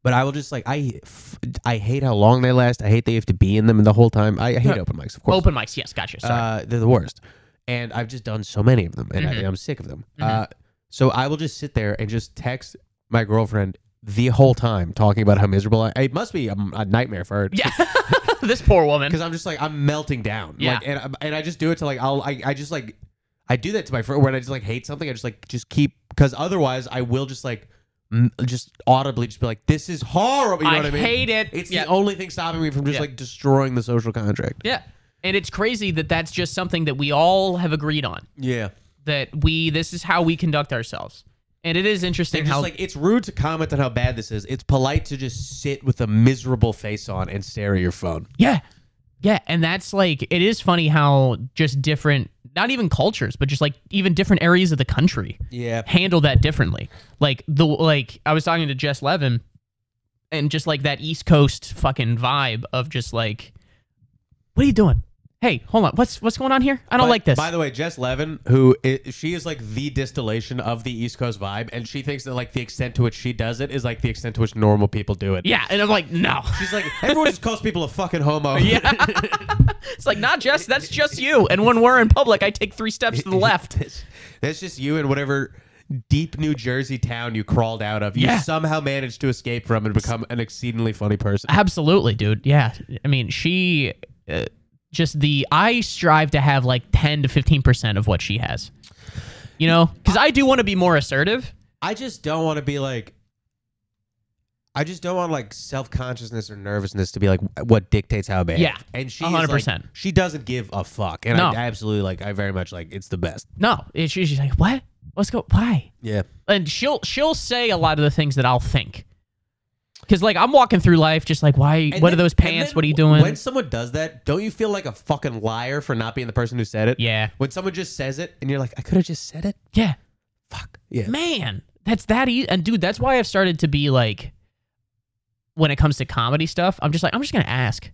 Speaker 2: but I will just like I f- I hate how long they last. I hate that you have to be in them the whole time. I, I hate
Speaker 1: Yeah.
Speaker 2: open mics, of course.
Speaker 1: Open mics. Yes, gotcha. Sorry.
Speaker 2: uh, they're the worst, and I've just done so many of them, and
Speaker 1: Mhm.
Speaker 2: I, I'm sick of them.
Speaker 1: Mhm.
Speaker 2: Uh, so I will just sit there and just text my girlfriend the whole time, talking about how miserable I. It must be a, a nightmare for her.
Speaker 1: Yeah, this poor woman.
Speaker 2: because I'm just like I'm melting down.
Speaker 1: Yeah.
Speaker 2: Like, and I- and I just do it to like I'll I, I just like I do that to my friend when I just like hate something. I just like just keep because otherwise I will just like m- just audibly just be like this is horrible. You know
Speaker 1: I
Speaker 2: what I mean?
Speaker 1: hate it.
Speaker 2: It's
Speaker 1: yeah.
Speaker 2: the only thing stopping me from just
Speaker 1: Yeah.
Speaker 2: like destroying the social contract.
Speaker 1: yeah, and it's crazy that that's just something that we all have agreed on.
Speaker 2: Yeah.
Speaker 1: That we this is how we conduct ourselves, and it is interesting
Speaker 2: And just
Speaker 1: how
Speaker 2: like it's rude to comment on how bad this is. It's polite to just sit with a miserable face on and stare at your phone.
Speaker 1: yeah, yeah, and that's like it is funny how just different, not even cultures, but just like even different areas of the country
Speaker 2: Yeah.
Speaker 1: handle that differently. Like the like I was talking to Jess Levin and just like that East Coast fucking vibe of just like what are you doing? hey, hold on, what's what's going on here? I don't
Speaker 2: By-
Speaker 1: like this.
Speaker 2: By the way, Jess Levin, who is, she is like the distillation of the East Coast vibe, and she thinks that like the extent to which she does it is like the extent to which normal people do it.
Speaker 1: yeah, and I'm like, no.
Speaker 2: She's like, everyone just calls people a fucking
Speaker 1: *laughs*
Speaker 2: homo.
Speaker 1: Yeah. it's like not just *laughs* that's just you. And when we're in public, I take three steps to the left.
Speaker 2: *laughs* That's just you in whatever deep New Jersey town you crawled out of. You
Speaker 1: Yeah.
Speaker 2: somehow managed to escape from and become an exceedingly funny
Speaker 1: *laughs*
Speaker 2: person.
Speaker 1: Absolutely, dude. Yeah. I mean, she uh, just the I strive to have like 10 to 15% of what she has. You know, cuz I do want to be more assertive.
Speaker 2: I just don't want to be like. I just don't want like self consciousness or nervousness to be like what dictates how bad.
Speaker 1: Yeah,
Speaker 2: and she
Speaker 1: a
Speaker 2: is,
Speaker 1: hundred
Speaker 2: like-
Speaker 1: percent.
Speaker 2: She doesn't give a fuck, and
Speaker 1: No.
Speaker 2: I, I absolutely like. I very much like. It's the best.
Speaker 1: No, it's she's just like, "What? Let's go. Why?"
Speaker 2: Yeah,
Speaker 1: And she'll she'll say a lot of the things that I'll think. Cuz like I'm walking through life just like, "Why?
Speaker 2: And
Speaker 1: what
Speaker 2: then-
Speaker 1: are those
Speaker 2: and
Speaker 1: pants?
Speaker 2: then
Speaker 1: What are you doing?"
Speaker 2: When someone does that, don't you feel like a fucking liar for not being the person who said it?
Speaker 1: yeah.
Speaker 2: When someone just says it, and you're like, I could have just said it.
Speaker 1: Yeah.
Speaker 2: Fuck. Yeah.
Speaker 1: man that's that easy and dude that's why i've started to be like when it comes to comedy stuff i'm just like i'm just gonna ask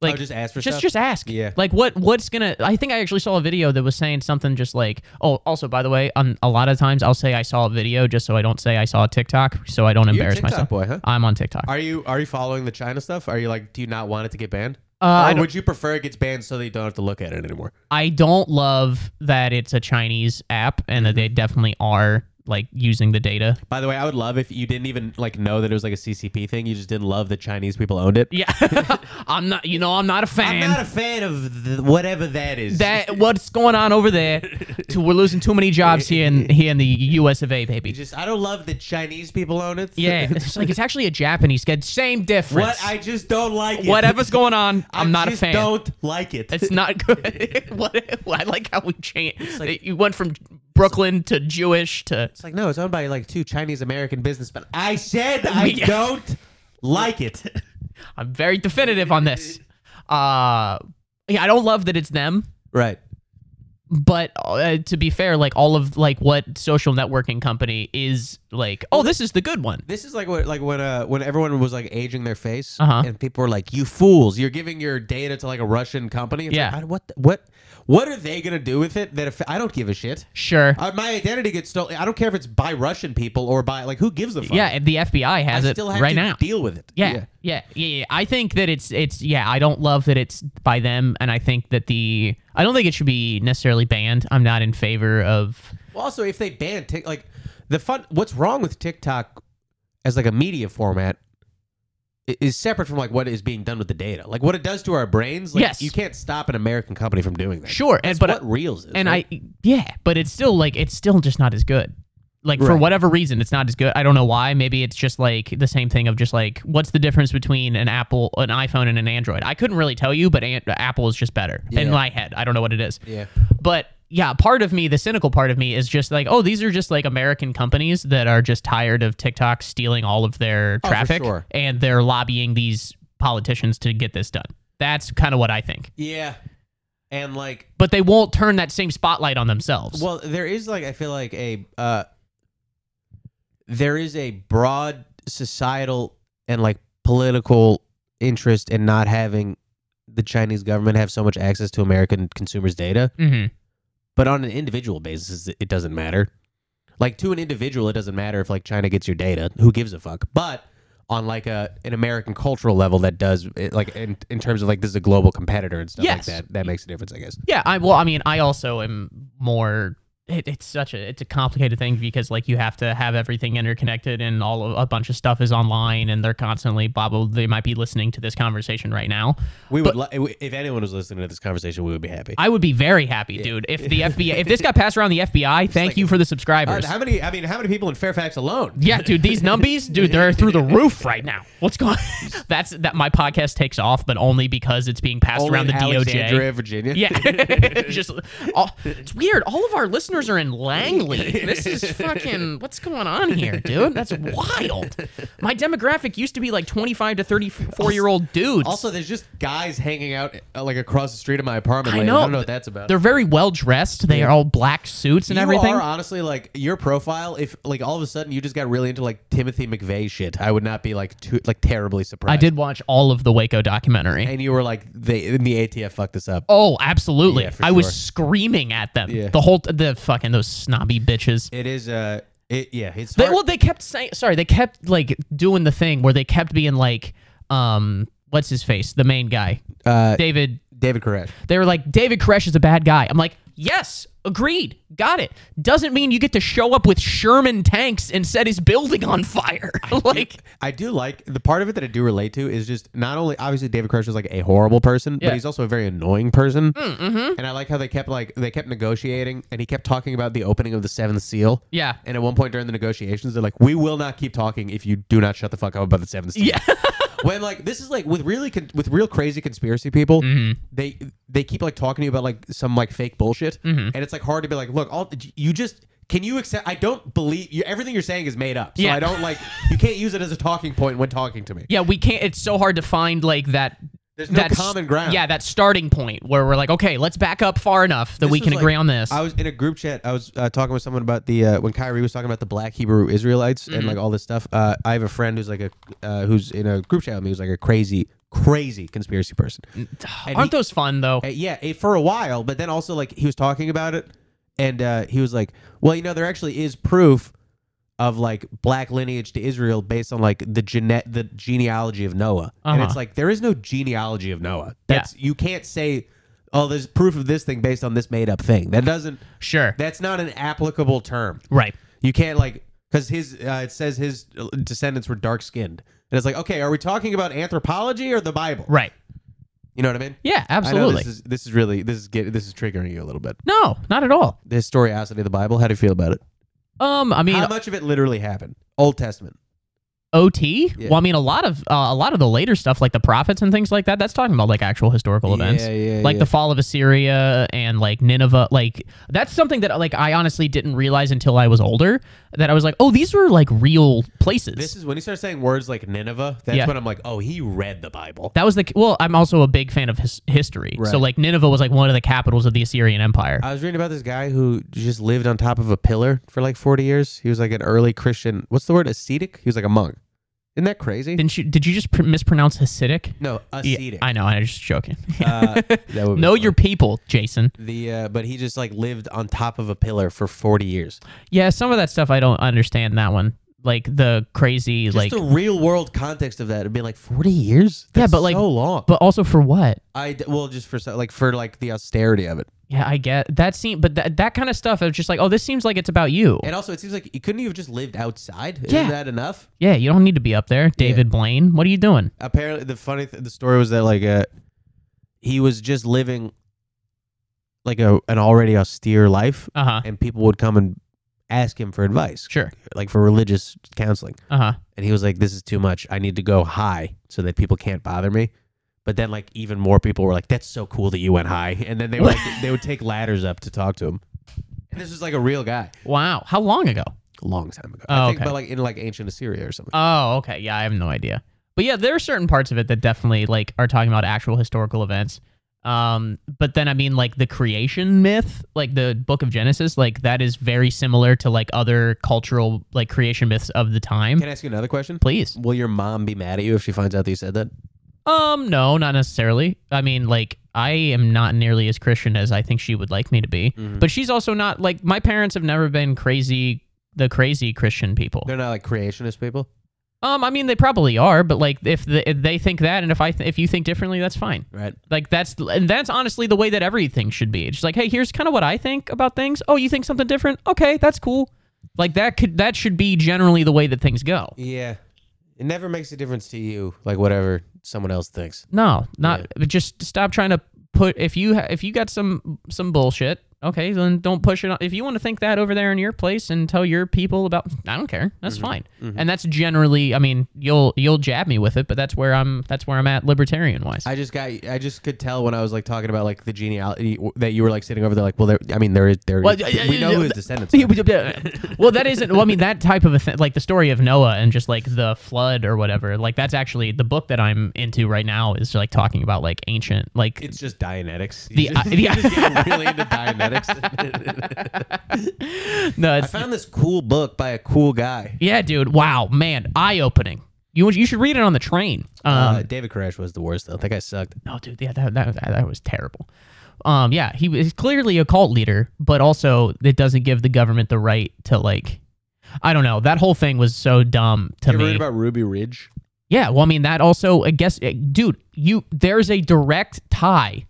Speaker 1: like
Speaker 2: oh, just ask for
Speaker 1: just
Speaker 2: stuff.
Speaker 1: just ask
Speaker 2: Yeah.
Speaker 1: like what what's gonna i think i actually saw a video that was saying something just like oh also by the way on a lot of times i'll say i saw a video just so i don't say i saw a tiktok so i don't
Speaker 2: You're a
Speaker 1: embarrass
Speaker 2: TikTok
Speaker 1: myself
Speaker 2: boy, huh?
Speaker 1: i'm on tiktok
Speaker 2: Are you are you following the China stuff? Are you like, do you not want it to get banned?
Speaker 1: uh, I,
Speaker 2: or
Speaker 1: don't,
Speaker 2: would you prefer it gets banned so that you don't have to look at it anymore?
Speaker 1: I don't love that it's a chinese app and
Speaker 2: Mm-hmm.
Speaker 1: that they definitely are like using the
Speaker 2: *laughs*
Speaker 1: data
Speaker 2: By the way, I would love if you didn't even like know that it was like a CCP thing. You just didn't love that Chinese people owned it.
Speaker 1: yeah *laughs* i'm not you know i'm not a fan
Speaker 2: I'm not a fan of the, whatever that is.
Speaker 1: that what's going on over there. To, we're losing too many jobs here *laughs* in here in the U.S. of A.
Speaker 2: You
Speaker 1: Baby.
Speaker 2: just I don't love that Chinese people own it.
Speaker 1: *laughs* Yeah, it's just like it's actually a Japanese kid. Same difference.
Speaker 2: what I just don't like it.
Speaker 1: *laughs* Whatever's going on, I'm
Speaker 2: *laughs* I
Speaker 1: not a
Speaker 2: just
Speaker 1: fan.
Speaker 2: Don't like it.
Speaker 1: It's not good. *laughs* what, I like how we changed.
Speaker 2: like-
Speaker 1: you went from Brooklyn to Jewish to
Speaker 2: *laughs* It's like no, it's owned by like two Chinese American businessmen. I said
Speaker 1: *laughs*
Speaker 2: I
Speaker 1: Yeah.
Speaker 2: don't like it. *laughs*
Speaker 1: I'm very definitive on this. Uh, yeah, I don't love that it's them.
Speaker 2: Right.
Speaker 1: But uh, to be fair, like all of like what social networking company is like, oh, this is the good one.
Speaker 2: This is like what like when uh when everyone was like aging their face
Speaker 1: Uh-huh.
Speaker 2: and people were like, "You fools! You're giving your data to like a Russian company." It's
Speaker 1: Yeah.
Speaker 2: Like, I- what the- what what are they gonna do with it? That if I don't give a shit.
Speaker 1: Sure.
Speaker 2: Uh, my identity gets stolen. I don't care if it's by Russian people or by like who gives a fuck.
Speaker 1: Yeah, and the FBI
Speaker 2: I
Speaker 1: has it
Speaker 2: still have
Speaker 1: right
Speaker 2: to
Speaker 1: now.
Speaker 2: deal with it.
Speaker 1: Yeah, yeah, yeah, yeah, yeah. I think that it's it's yeah. I don't love that it's by them, and I think that the I don't think it should be necessarily banned. I'm not in favor of.
Speaker 2: Well, also, if they ban Tik, like the fun, what's wrong with TikTok as like a media format i- is separate from like what is being done with the data. Like what it does to our brains. Like,
Speaker 1: Yes.
Speaker 2: you can't stop an American company from doing that.
Speaker 1: Sure, and
Speaker 2: but
Speaker 1: but
Speaker 2: what reels is
Speaker 1: and I yeah, but it's still like it's still just not as good. Like for
Speaker 2: Right.
Speaker 1: whatever reason, it's not as good. I don't know why. Maybe it's just like the same thing of just like what's the difference between an Apple, an iPhone, and an Android. I couldn't really tell you, but an- Apple is just better
Speaker 2: Yeah.
Speaker 1: in my head. I don't know what it is.
Speaker 2: yeah.
Speaker 1: But yeah, part of me, the cynical part of me, is just like, oh, these are just like American companies that are just tired of TikTok stealing all of their
Speaker 2: Oh, for
Speaker 1: traffic
Speaker 2: sure.
Speaker 1: and they're lobbying these politicians to get this done. That's kind of what I think.
Speaker 2: Yeah. And like,
Speaker 1: But they won't turn that same spotlight on themselves.
Speaker 2: well, there is like I feel like a uh there is a broad societal and like political interest in not having the Chinese government have so much access to American consumers' data.
Speaker 1: hmm
Speaker 2: but on an individual basis it doesn't matter like to an individual it doesn't matter if like china gets your data who gives a fuck but on like a an american cultural level that does it, like in, in terms of like this is a global competitor and stuff
Speaker 1: Yes.
Speaker 2: like that that makes a difference i guess
Speaker 1: Yeah, I well, I mean, I also am more. It, it's such a it's a complicated thing because like you have to have everything interconnected and all of, a bunch of stuff is online and they're constantly blah blah. They might be listening to this conversation right now.
Speaker 2: we would li- if anyone was listening to this conversation we would be happy
Speaker 1: I would be very happy, dude.
Speaker 2: *laughs*
Speaker 1: If the FBI, if this got passed around the FBI, thank you for the subscribers.
Speaker 2: how many i mean how many people in fairfax alone
Speaker 1: yeah, dude, these numbies, dude, they're through the roof right now. What's going? *laughs* That's that my podcast takes off, but only because it's being passed *laughs*
Speaker 2: Only
Speaker 1: around the
Speaker 2: in
Speaker 1: DOJ. *laughs*
Speaker 2: Alexandria, virginia
Speaker 1: Yeah, just all, it's weird. All of our owners are in Langley. This
Speaker 2: *laughs*
Speaker 1: is fucking what's going on here, dude? That's wild. My demographic used to be like 25 to 34 year old dudes.
Speaker 2: Also, there's just guys hanging out uh, like across the street of my apartment.
Speaker 1: I
Speaker 2: lane.
Speaker 1: know.
Speaker 2: I don't know what that's about.
Speaker 1: they're very well dressed. They are all black suits and
Speaker 2: you
Speaker 1: everything.
Speaker 2: are honestly like your profile. If like all of a sudden you just got really into like Timothy McVeigh shit, I would not be like too like terribly surprised.
Speaker 1: I did watch all of the Waco documentary.
Speaker 2: and you were like they in the ATF fucked this up.
Speaker 1: Oh, absolutely.
Speaker 2: Yeah, for
Speaker 1: I was
Speaker 2: sure.
Speaker 1: screaming at them.
Speaker 2: Yeah.
Speaker 1: The whole the fucking those snobby bitches.
Speaker 2: It is uh, it yeah, it's
Speaker 1: They,
Speaker 2: hard.
Speaker 1: well, they kept saying sorry. They kept like doing the thing where they kept being like, um, what's his face, the main guy,
Speaker 2: uh,
Speaker 1: David.
Speaker 2: David Koresh.
Speaker 1: They were like, David Koresh is a bad guy. I'm like, yes, agreed, got it. Doesn't mean you get to show up with Sherman tanks and set his building on fire. *laughs* like,
Speaker 2: I do like the part of it that I do relate to is just not only obviously David Koresh is like a horrible person,
Speaker 1: Yeah. Mm,
Speaker 2: but he's also a very annoying person. Mm-hmm. And I like how they kept like they kept negotiating, and he kept talking about the opening of the Seventh Seal.
Speaker 1: yeah,
Speaker 2: And at one point during the negotiations, they're like, "We will not keep talking if you do not shut the fuck up about the seventh seal."
Speaker 1: Yeah. *laughs*
Speaker 2: when like this is like with really con- with real crazy conspiracy people,
Speaker 1: Mm-hmm.
Speaker 2: they they keep like talking to you about like some like fake bullshit,
Speaker 1: Mm-hmm.
Speaker 2: and it's like hard to be like, "Look, all you just." Can you accept? I don't believe you, everything you're saying is made up. So
Speaker 1: Yeah.
Speaker 2: I don't like. You can't use it as a talking point when talking to me.
Speaker 1: yeah. We can't. It's so hard to find like that.
Speaker 2: There's no
Speaker 1: that s-
Speaker 2: common ground.
Speaker 1: Yeah, that starting point where we're like, okay, let's back up far enough that we
Speaker 2: This
Speaker 1: can
Speaker 2: was,
Speaker 1: agree
Speaker 2: like-
Speaker 1: on this.
Speaker 2: I was in a group chat. I was uh, talking with someone about the uh, when Kyrie was talking about the Black Hebrew Israelites and like all this stuff. Uh, I have a friend who's like a uh, who's in a group chat with me who's like a crazy, crazy conspiracy person. and
Speaker 1: Aren't
Speaker 2: he-
Speaker 1: those fun though?
Speaker 2: Uh, yeah, eh, for a while, but then also like he was talking about it, and uh, he was like, "Well, you know, there actually is proof." Of like black lineage to Israel based on like the gene- the genealogy of Noah, and
Speaker 1: Uh-huh.
Speaker 2: it's like there is no genealogy of Noah. That's you can't say, oh, there's proof of this thing based on this made up thing. That doesn't
Speaker 1: Sure.
Speaker 2: that's not an applicable term.
Speaker 1: right.
Speaker 2: You can't like because his uh, it says his descendants were dark skinned, and it's like, okay, are we talking about anthropology or the Bible?
Speaker 1: Right.
Speaker 2: You know what I mean?
Speaker 1: Yeah,
Speaker 2: I know
Speaker 1: absolutely.
Speaker 2: this is this is really this is get, this is triggering you a little bit.
Speaker 1: no, not at all.
Speaker 2: The historicity of the Bible. How do you feel about it?
Speaker 1: Um, I mean,
Speaker 2: How much of it literally happened? Old Testament.
Speaker 1: OT.
Speaker 2: Yeah.
Speaker 1: Well, I mean, a lot of uh, a lot of the later stuff, like the prophets and things like that, that's talking about like actual historical events,
Speaker 2: Yeah, yeah,
Speaker 1: like
Speaker 2: yeah.
Speaker 1: the fall of Assyria and like Nineveh. Like that's something that like I honestly didn't realize until I was older that I was like, oh, these were like real places.
Speaker 2: This is when he starts saying words like Nineveh. That's
Speaker 1: Yeah.
Speaker 2: when I'm like, oh, he read the Bible.
Speaker 1: that was the well. I'm also a big fan of his, history, so
Speaker 2: Right.
Speaker 1: like Nineveh was like one of the capitals of the Assyrian Empire.
Speaker 2: I was reading about this guy who just lived on top of a pillar for like 40 years. He was like an early Christian. What's the word? Ascetic. He was like a monk. Isn't that crazy?
Speaker 1: Didn't you? Did you just pr- mispronounce Hasidic?
Speaker 2: No,
Speaker 1: Yeah,
Speaker 2: ascetic.
Speaker 1: I know. I'm just joking. *laughs*
Speaker 2: uh, that would be
Speaker 1: know
Speaker 2: fun.
Speaker 1: your people, Jason.
Speaker 2: the uh, but he just like lived on top of a pillar for 40 years.
Speaker 1: Yeah, some of that stuff I don't understand. That one, like the crazy,
Speaker 2: Just
Speaker 1: like,
Speaker 2: the real world context of that would be like 40 years.
Speaker 1: Yeah,
Speaker 2: That's
Speaker 1: but, like-
Speaker 2: so long.
Speaker 1: but also for what?
Speaker 2: I d- well just for so- like for like the austerity of it,
Speaker 1: Yeah, I get that seem, but that that kind of stuff. I was just like, oh, this seems like it's about you.
Speaker 2: and also it seems like you couldn't you have just lived outside.
Speaker 1: Yeah.
Speaker 2: Isn't that enough?
Speaker 1: Yeah, you don't need to be up there, David Blaine. What are you doing?
Speaker 2: Apparently, the funny th- the story was that like uh, he was just living like a an already austere life,
Speaker 1: Uh huh.
Speaker 2: and people would come and ask him for advice,
Speaker 1: Sure.
Speaker 2: like for religious counseling.
Speaker 1: Uh huh.
Speaker 2: And he was like, "This is too much. I need to go high so that people can't bother me." But then, like, even more people were like, "That's so cool that you went high." And then they would like, they would take ladders up to talk to him. And this is like a real guy,
Speaker 1: Wow. How long ago?
Speaker 2: a long time ago.
Speaker 1: Oh,
Speaker 2: I think,
Speaker 1: okay.
Speaker 2: but like in like ancient Assyria or something.
Speaker 1: Oh, okay. Yeah, I have no idea. But yeah, there are certain parts of it that definitely like are talking about actual historical events. Um, but then I mean like the creation myth, like the book of Genesis, like that is very similar to like other cultural like creation myths of the time.
Speaker 2: Can I ask you another question?
Speaker 1: Please.
Speaker 2: Will your mom be mad at you if she finds out that you said that?
Speaker 1: Um, no, not necessarily. I mean, like, I am not nearly as Christian as I think she would like me to be.
Speaker 2: Mm-hmm.
Speaker 1: But she's also not like my parents have never been crazy the crazy Christian people.
Speaker 2: They're not like creationist people.
Speaker 1: um, I mean, they probably are, but like, if, the, if they think that, and if I th- if you think differently, that's fine.
Speaker 2: Right.
Speaker 1: Like that's and that's honestly the way that everything should be. It's just like, hey, here's kind of what I think about things. Oh, you think something different? Okay, that's cool. Like that could that should be generally the way that things go.
Speaker 2: Yeah. It never makes a difference to you, like whatever someone else thinks.
Speaker 1: No, not but just stop trying to put if you ha- if you got some some bullshit okay, then don't push it. On. If you want to think that over there in your place and tell your people about, I don't care. That's fine. And that's generally, I mean, you'll you'll jab me with it, but that's where I'm that's where I'm at libertarian wise.
Speaker 2: I just got. I just could tell when I was like talking about like the genealogy that you were like sitting over there. Like, well, there. I mean, there is. There.
Speaker 1: Well,
Speaker 2: is-
Speaker 1: yeah,
Speaker 2: we
Speaker 1: yeah,
Speaker 2: know
Speaker 1: yeah,
Speaker 2: who his
Speaker 1: th-
Speaker 2: descendants. Are.
Speaker 1: well, that isn't. Well, I mean, that type of a thing, like the story of Noah and just like the flood or whatever. Like that's actually the book that I'm into right now is like talking about like ancient, like
Speaker 2: It's just Dianetics.
Speaker 1: The-
Speaker 2: You just,
Speaker 1: I-
Speaker 2: you
Speaker 1: yeah.
Speaker 2: just get really
Speaker 1: *laughs*
Speaker 2: into Dianetics.
Speaker 1: no,
Speaker 2: I
Speaker 1: it's,
Speaker 2: found this cool book by a cool guy.
Speaker 1: yeah, dude. Wow, man, eye opening. You you should read it on the train. Um,
Speaker 2: uh, David Koresh was the worst though. That guy sucked.
Speaker 1: No, dude, yeah, that, that, that, that was terrible. Um, yeah, he was clearly a cult leader, but also it doesn't give the government the right to like. I don't know. That whole thing was so dumb to
Speaker 2: You ever
Speaker 1: me.
Speaker 2: read about Ruby Ridge?
Speaker 1: yeah, well, I mean, that also, I guess, eh, dude, you there's a direct tie.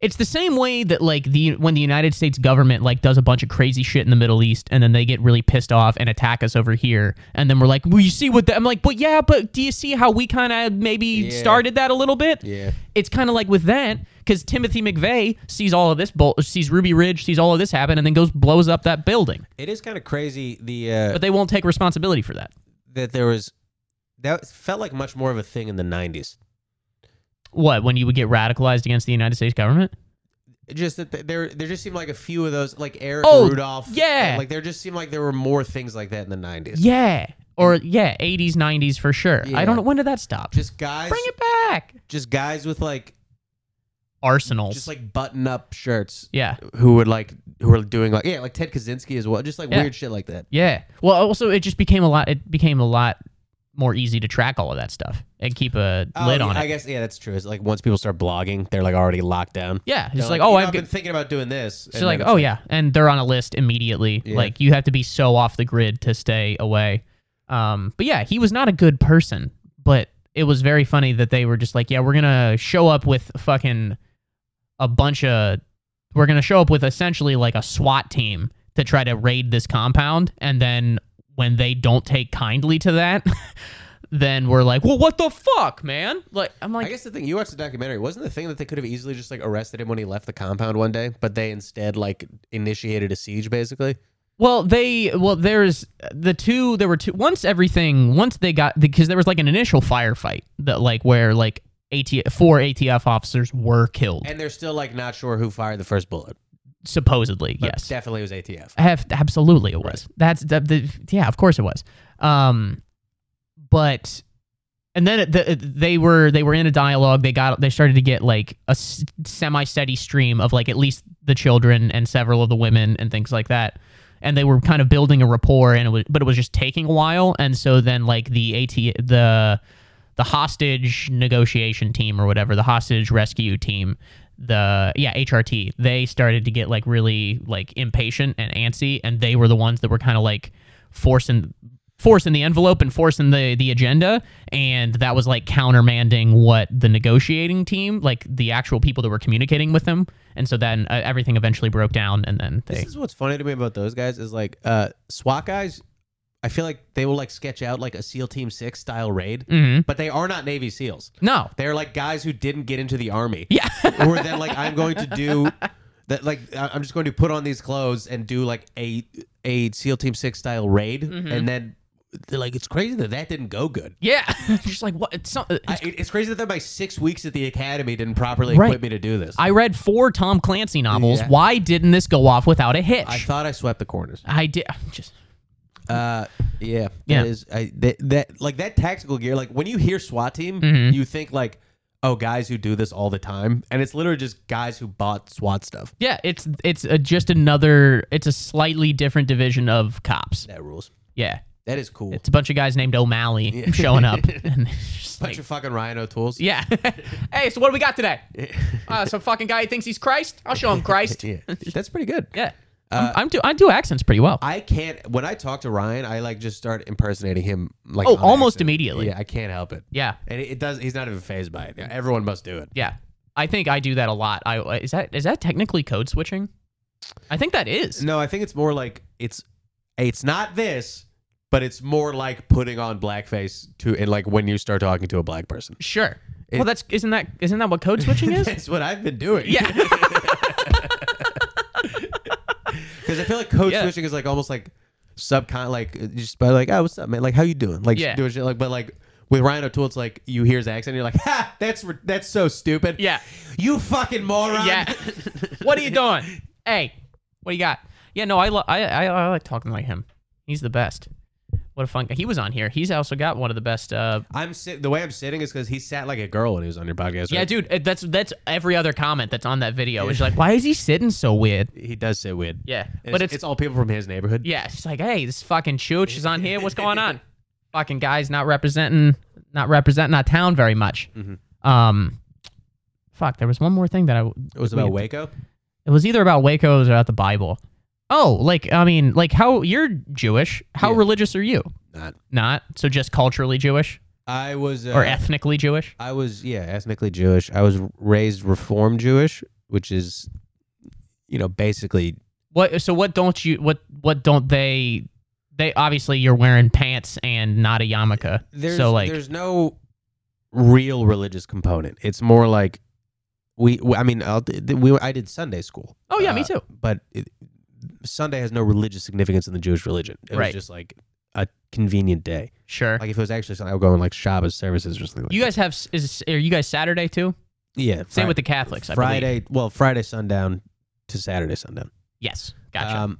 Speaker 1: It's the same way that like the when the United States government like does a bunch of crazy shit in the Middle East, and then they get really pissed off and attack us over here, and then we're like, well, you see what? The-? I'm like, but yeah, but do you see how we kind of maybe
Speaker 2: Yeah.
Speaker 1: started that a little bit?
Speaker 2: Yeah.
Speaker 1: it's kind of like with that because Timothy McVeigh sees all of this, bull, sees Ruby Ridge, sees all of this happen, and then goes blows up that building.
Speaker 2: It is kind of crazy the uh,
Speaker 1: But they won't take responsibility for that.
Speaker 2: that there was that felt like much more of a thing in the 90s.
Speaker 1: What when you would get radicalized against the United States government?
Speaker 2: Just that th- there there just seemed like a few of those like Eric
Speaker 1: Oh,
Speaker 2: Rudolph.
Speaker 1: yeah.
Speaker 2: Like there just seemed like there were more things like that in the 90s.
Speaker 1: Yeah, or yeah, eighties, nineties for sure. I
Speaker 2: Yeah.
Speaker 1: don't know when did that stop.
Speaker 2: Just guys
Speaker 1: Bring it back.
Speaker 2: just guys with like
Speaker 1: Arsenals.
Speaker 2: just like button up shirts
Speaker 1: yeah.
Speaker 2: who would like who were doing like yeah, like Ted Kaczynski as well. Just like
Speaker 1: Yeah.
Speaker 2: weird shit like that.
Speaker 1: Yeah. Well, also it just became a lot. It became a lot more easy to track all of that stuff and keep a
Speaker 2: Oh,
Speaker 1: lid
Speaker 2: yeah,
Speaker 1: on
Speaker 2: I
Speaker 1: it.
Speaker 2: guess yeah, that's true. It's like once people start blogging, they're like already locked down.
Speaker 1: yeah. It's
Speaker 2: They're
Speaker 1: like,
Speaker 2: you
Speaker 1: oh,
Speaker 2: know,
Speaker 1: I've
Speaker 2: been
Speaker 1: got,
Speaker 2: thinking about doing this.
Speaker 1: So
Speaker 2: and
Speaker 1: like,
Speaker 2: then it's
Speaker 1: oh yeah, and they're on a list immediately.
Speaker 2: Yeah.
Speaker 1: Like you have to be so off the grid to stay away. Um, but yeah, he was not a good person. But it was very funny that they were just like, yeah, we're gonna show up with fucking a bunch of, we're gonna show up with essentially like a SWAT team to try to raid this compound, and then when they don't take kindly to that. *laughs* Then we're like, well, what the fuck, man? Like, I'm
Speaker 2: I
Speaker 1: like,
Speaker 2: guess the thing you watched the documentary wasn't the thing that they could have easily just like arrested him when he left the compound one day, but they instead like initiated a siege basically.
Speaker 1: Well, they well there's the two there were two once everything once they got because there was like an initial firefight that like where like AT four ATF officers were killed
Speaker 2: And they're still like not sure who fired the first bullet.
Speaker 1: supposedly
Speaker 2: But
Speaker 1: yes
Speaker 2: definitely it was ATF.
Speaker 1: have absolutely it was that's the, the yeah of course it was um but and then it- the, they were they were in a dialogue they got they started to get like a semi steady stream of like at least the children and several of the women and things like that and they were kind of building a rapport and it was but it was just taking a while and so then like the AT the the hostage negotiation team or whatever the hostage rescue team the yeah HRT they started to get like really like impatient and antsy and they were the ones that were kind of like forcing forcing the envelope and forcing the the agenda and that was like countermanding what the negotiating team like the actual people that were communicating with them and so then uh, everything eventually broke down and then they
Speaker 2: This is what's funny to me about those guys is like uh SWAT guys, I feel like they will like sketch out like a SEAL Team Six style raid,
Speaker 1: Mhm.
Speaker 2: but they are not Navy SEALs.
Speaker 1: no
Speaker 2: They're like guys who didn't get into the army.
Speaker 1: *laughs* Yeah.
Speaker 2: or then like I'm going to
Speaker 1: *laughs*
Speaker 2: do that like I- I'm just going to put on these clothes and do like a a SEAL Team Six style raid,
Speaker 1: Mm-hmm.
Speaker 2: and then they're like it's crazy that that didn't go good.
Speaker 1: Yeah, *laughs* just like what? It's, some- uh,
Speaker 2: I, it- it's crazy that my six weeks at the academy didn't properly
Speaker 1: Right.
Speaker 2: equip me to do this. I,
Speaker 1: I read four Tom Clancy novels.
Speaker 2: Yeah.
Speaker 1: Why didn't this go off without a hitch? I,
Speaker 2: thought I swept the corners.
Speaker 1: did. Just
Speaker 2: Uh, yeah,
Speaker 1: Yeah.
Speaker 2: That is, I, that, that like that tactical gear. Like when you hear SWAT team,
Speaker 1: Mm-hmm.
Speaker 2: you think like, oh, guys who do this all the time, and it's literally just guys who bought SWAT stuff.
Speaker 1: yeah, it's it's a, just another. It's a slightly different division of cops.
Speaker 2: That rules.
Speaker 1: Yeah,
Speaker 2: That is cool.
Speaker 1: it's a bunch of guys named O'Malley showing
Speaker 2: *laughs*
Speaker 1: up. And it's just
Speaker 2: Bunch
Speaker 1: like,
Speaker 2: of fucking Ryan O'Toole's.
Speaker 1: yeah. *laughs* hey, so what do we got today? Uh, some fucking guy who thinks he's Christ. I'll show him Christ. *laughs*
Speaker 2: *laughs* Yeah, that's pretty good.
Speaker 1: Yeah, I'm, I'm do I do accents pretty well.
Speaker 2: I can't. When I talk to Ryan, I like just start impersonating him. Like
Speaker 1: oh,
Speaker 2: on
Speaker 1: almost
Speaker 2: accident.
Speaker 1: immediately.
Speaker 2: Yeah, I can't help it.
Speaker 1: yeah.
Speaker 2: And it, it does. He's not even phased by it. Everyone must do it.
Speaker 1: Yeah, I think I do that a lot. I is that is that technically code switching? I think that is.
Speaker 2: No, I think it's more like it's it's not this, but it's more like putting on blackface to and like when you start talking to a black
Speaker 1: *laughs*
Speaker 2: person.
Speaker 1: Sure. well, that's isn't
Speaker 2: *laughs*
Speaker 1: that isn't that what code switching is?
Speaker 2: That's what I've been doing.
Speaker 1: yeah.
Speaker 2: Because I feel like code
Speaker 1: Yeah.
Speaker 2: switching is like almost like subcon, like uh, just by like, oh, what's up, man? Like, how you doing? Like,
Speaker 1: Yeah.
Speaker 2: doing shit like, but like with Ryan O'Toole, it's like you hear his accent, and you're like, ha, that's re- that's so stupid.
Speaker 1: Yeah.
Speaker 2: you fucking moron.
Speaker 1: Yeah. what are you doing? Hey, what do you got? Yeah, no, I, lo- I, I I like talking like him. He's the best. What a fun guy. He was on here. He's also got one of the best. Uh,
Speaker 2: *laughs* I'm sit- the way I'm sitting is because he sat like a girl when he was on your podcast.
Speaker 1: yeah,
Speaker 2: right?
Speaker 1: dude, uh, that's that's every other comment that's on that video. It's like, why is he sitting so weird?
Speaker 2: he does sit weird.
Speaker 1: Yeah,
Speaker 2: And
Speaker 1: but
Speaker 2: it's,
Speaker 1: it's,
Speaker 2: it's all people from his neighborhood.
Speaker 1: yeah, it's like, hey, this fucking chooch is on here. What's going
Speaker 2: *laughs*
Speaker 1: on? fucking guys not representing, not representing our town very much.
Speaker 2: Mm-hmm.
Speaker 1: Um, fuck, there was one more thing that I w-
Speaker 2: It was about
Speaker 1: we-
Speaker 2: Waco.
Speaker 1: It was either about Waco's or about the Bible. Oh, like I mean, like how you're Jewish? How
Speaker 2: Yeah.
Speaker 1: religious are you?
Speaker 2: Not.
Speaker 1: Not so just culturally Jewish
Speaker 2: I was uh,
Speaker 1: or ethnically Jewish.
Speaker 2: I was yeah ethnically Jewish. I was raised Reform Jewish, which is, you know, basically
Speaker 1: What? So what don't you? What? What don't they? They obviously you're wearing pants and not a yarmulke.
Speaker 2: there's
Speaker 1: so like
Speaker 2: there's no real religious component. It's more like we. we- I mean, I'll, th- we I did Sunday school.
Speaker 1: Oh, yeah, me
Speaker 2: uh,
Speaker 1: too.
Speaker 2: But it, Sunday has no religious significance in the Jewish religion. It
Speaker 1: Right.
Speaker 2: was just like a convenient day.
Speaker 1: sure.
Speaker 2: Like if it was actually Sunday, I would go on like Shabbos services or something. Like
Speaker 1: you guys have is are you guys Saturday too?
Speaker 2: that. yeah.
Speaker 1: Same
Speaker 2: Fri-
Speaker 1: with the Catholics. I believe.
Speaker 2: Friday. Well, Friday sundown to Saturday sundown.
Speaker 1: Yes. Gotcha.
Speaker 2: Um,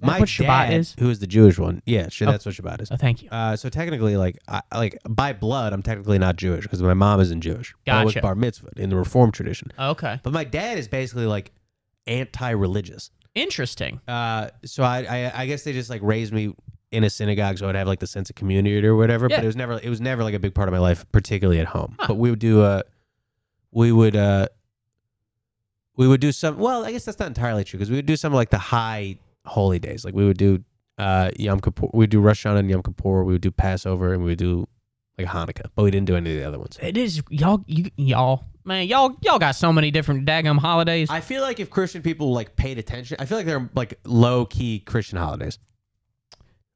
Speaker 1: that
Speaker 2: my
Speaker 1: what Shabbat
Speaker 2: dad,
Speaker 1: is?
Speaker 2: who is the Jewish one. Yeah, sure,
Speaker 1: Oh.
Speaker 2: that's what Shabbat is.
Speaker 1: oh, thank you.
Speaker 2: Uh, so technically, like, I, like by blood, I'm technically not Jewish because my mom isn't Jewish. But I was
Speaker 1: Gotcha.
Speaker 2: bar mitzvah in the Reform tradition,
Speaker 1: Okay.
Speaker 2: but my dad is basically like anti-religious.
Speaker 1: Interesting.
Speaker 2: Uh, so I, I, I guess they just like raised me in a synagogue, so I'd have like the sense of community or whatever.
Speaker 1: Yeah.
Speaker 2: But it was never, it was never like a big part of my life, particularly at home. But we would do, uh, we would, uh, we would do some. Well, I guess that's not entirely true because we would do some of, like the high holy days. Like we would do uh, Yom Kippur, we would do Rosh Hashanah and Yom Kippur. We would do Passover and we would do like Hanukkah, but we didn't do any of the other ones.
Speaker 1: It is y'all you, y'all man y'all y'all got so many different daggum holidays.
Speaker 2: I feel like if Christian people like paid attention, I feel like they're like low key Christian holidays.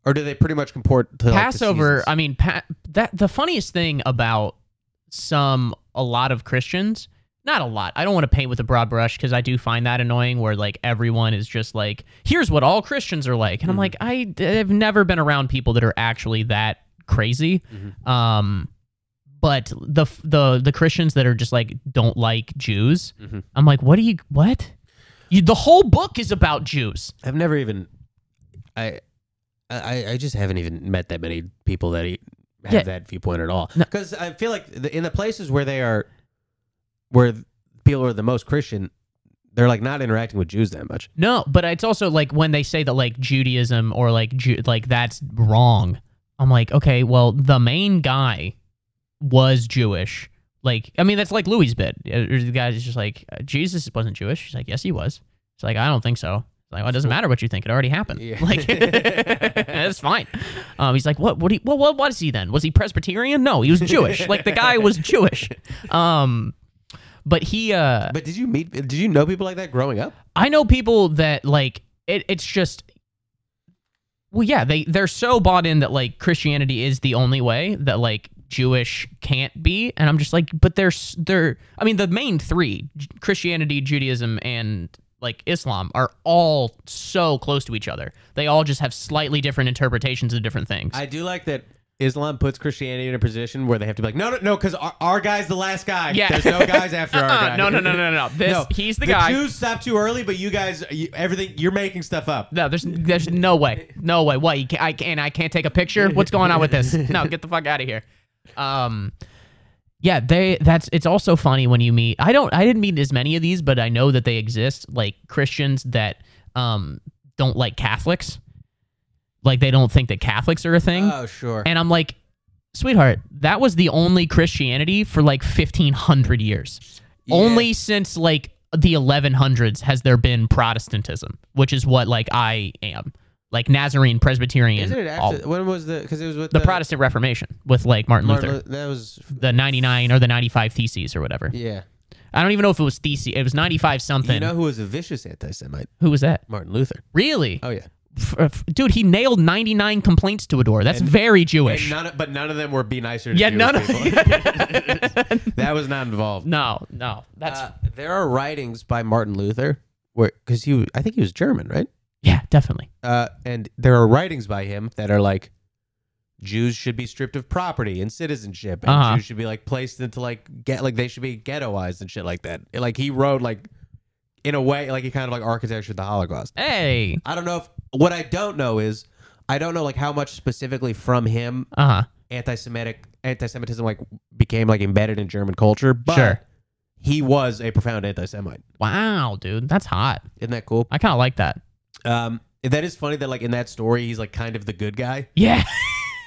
Speaker 2: Or do they pretty much comport to like, the
Speaker 1: Passover.
Speaker 2: seasons?
Speaker 1: I mean, pa- that the funniest thing about some a lot of Christians, not a lot. I don't want to paint with a broad brush because I do find that annoying. Where like everyone is just like, here's what all Christians are like,
Speaker 2: Hmm.
Speaker 1: and I'm like, I have never been around people that are actually that crazy. Um, but the f- the the Christians that are just like don't like Jews,
Speaker 2: Mhm.
Speaker 1: I'm like, what do you what? You, the whole book is about Jews.
Speaker 2: I've never even, I, I, I just haven't even met that many people that e- have
Speaker 1: Yeah.
Speaker 2: that viewpoint at all.
Speaker 1: No.
Speaker 2: Because I feel like the, in the places where they are, where people are the most Christian, they're like not interacting with Jews that much.
Speaker 1: No, but it's also like when they say that like Judaism or like Ju- like that's wrong. I'm like, okay, well, the main guy was Jewish. Like, I mean, that's like Louis' bit. Uh, The guy's just like, uh, Jesus wasn't Jewish. He's like, yes, he was. It's like, I don't think so. It's Like, well, it doesn't matter what you think. It already happened.
Speaker 2: Yeah.
Speaker 1: Like, *laughs* that's fine. Um, he's like, what? What? He, well, what was he then? Was he Presbyterian? No, he was Jewish. like, the guy was Jewish. Um, but he, uh,
Speaker 2: But did you meet? Did you know people like that growing up?
Speaker 1: I know people that like it, it's just well yeah they they're so bought in that like Christianity is the only way that like Jewish can't be and I'm just like but there's there I mean the main 3 J- Christianity Judaism and like Islam are all so close to each other they all just have slightly different interpretations of different things
Speaker 2: I do like that. Islam puts Christianity in a position where they have to be like, no, no, no, because our, our guy's the last guy.
Speaker 1: Yeah.
Speaker 2: There's no
Speaker 1: *laughs*
Speaker 2: guys after our
Speaker 1: Uh-uh,
Speaker 2: guy.
Speaker 1: no no
Speaker 2: *laughs*
Speaker 1: no no no no this he's the, guy
Speaker 2: Jews stopped too early, but you guys, you, everything, you're making stuff up.
Speaker 1: No, there's there's no way, no way. What? You can't, I can't. I can't take a picture. What's going on with this? No, get the fuck out of here. Um, yeah, they. That's. It's also funny when you meet. I don't. I didn't meet as many of these, but I know that they exist. Like Christians that um don't like Catholics. Like they don't think that Catholics are a thing.
Speaker 2: Oh, sure.
Speaker 1: and I'm like, sweetheart, that was the only Christianity for like 1500 years. Only since like the 1100s has there been Protestantism, which is what like I am, like Nazarene, Presbyterian,
Speaker 2: Isn't it
Speaker 1: all-
Speaker 2: after? when was the? Because it was with
Speaker 1: the Protestant Reformation with like Martin,
Speaker 2: Martin
Speaker 1: Luther,
Speaker 2: Lu- That was
Speaker 1: the 99 or the 95 Theses or whatever.
Speaker 2: yeah.
Speaker 1: I don't even know if it was Theses. It was 95 something.
Speaker 2: You know who was a vicious anti-Semite?
Speaker 1: Who was that?
Speaker 2: Martin Luther.
Speaker 1: Really?
Speaker 2: Oh yeah.
Speaker 1: F- f- dude, he nailed 99 complaints to a door. That's very Jewish.
Speaker 2: none, of- but none of them were be nicer. To
Speaker 1: Yeah,
Speaker 2: Jewish
Speaker 1: none of- *laughs*
Speaker 2: people. *laughs* that was not involved.
Speaker 1: no, no. That's
Speaker 2: Uh, there are writings by Martin Luther where because he, was- I think he was German, right?
Speaker 1: Yeah, definitely.
Speaker 2: uh, and there are writings by him that are like Jews should be stripped of property and citizenship, and
Speaker 1: Uh-huh.
Speaker 2: Jews should be like placed into like get like they should be ghettoized and shit like that. Like he wrote like in a way like he kind of like architectured the Holocaust.
Speaker 1: Hey.
Speaker 2: I don't know if what I don't know is I don't know like how much specifically from him
Speaker 1: Uh huh.
Speaker 2: anti-Semitic anti-Semitism like became like embedded in German culture, but
Speaker 1: Sure.
Speaker 2: he was a profound anti-Semite.
Speaker 1: Wow, dude, that's hot.
Speaker 2: Isn't that cool?
Speaker 1: I kind of like that.
Speaker 2: Um, that is funny that like in that story he's like kind of the good guy.
Speaker 1: Yeah.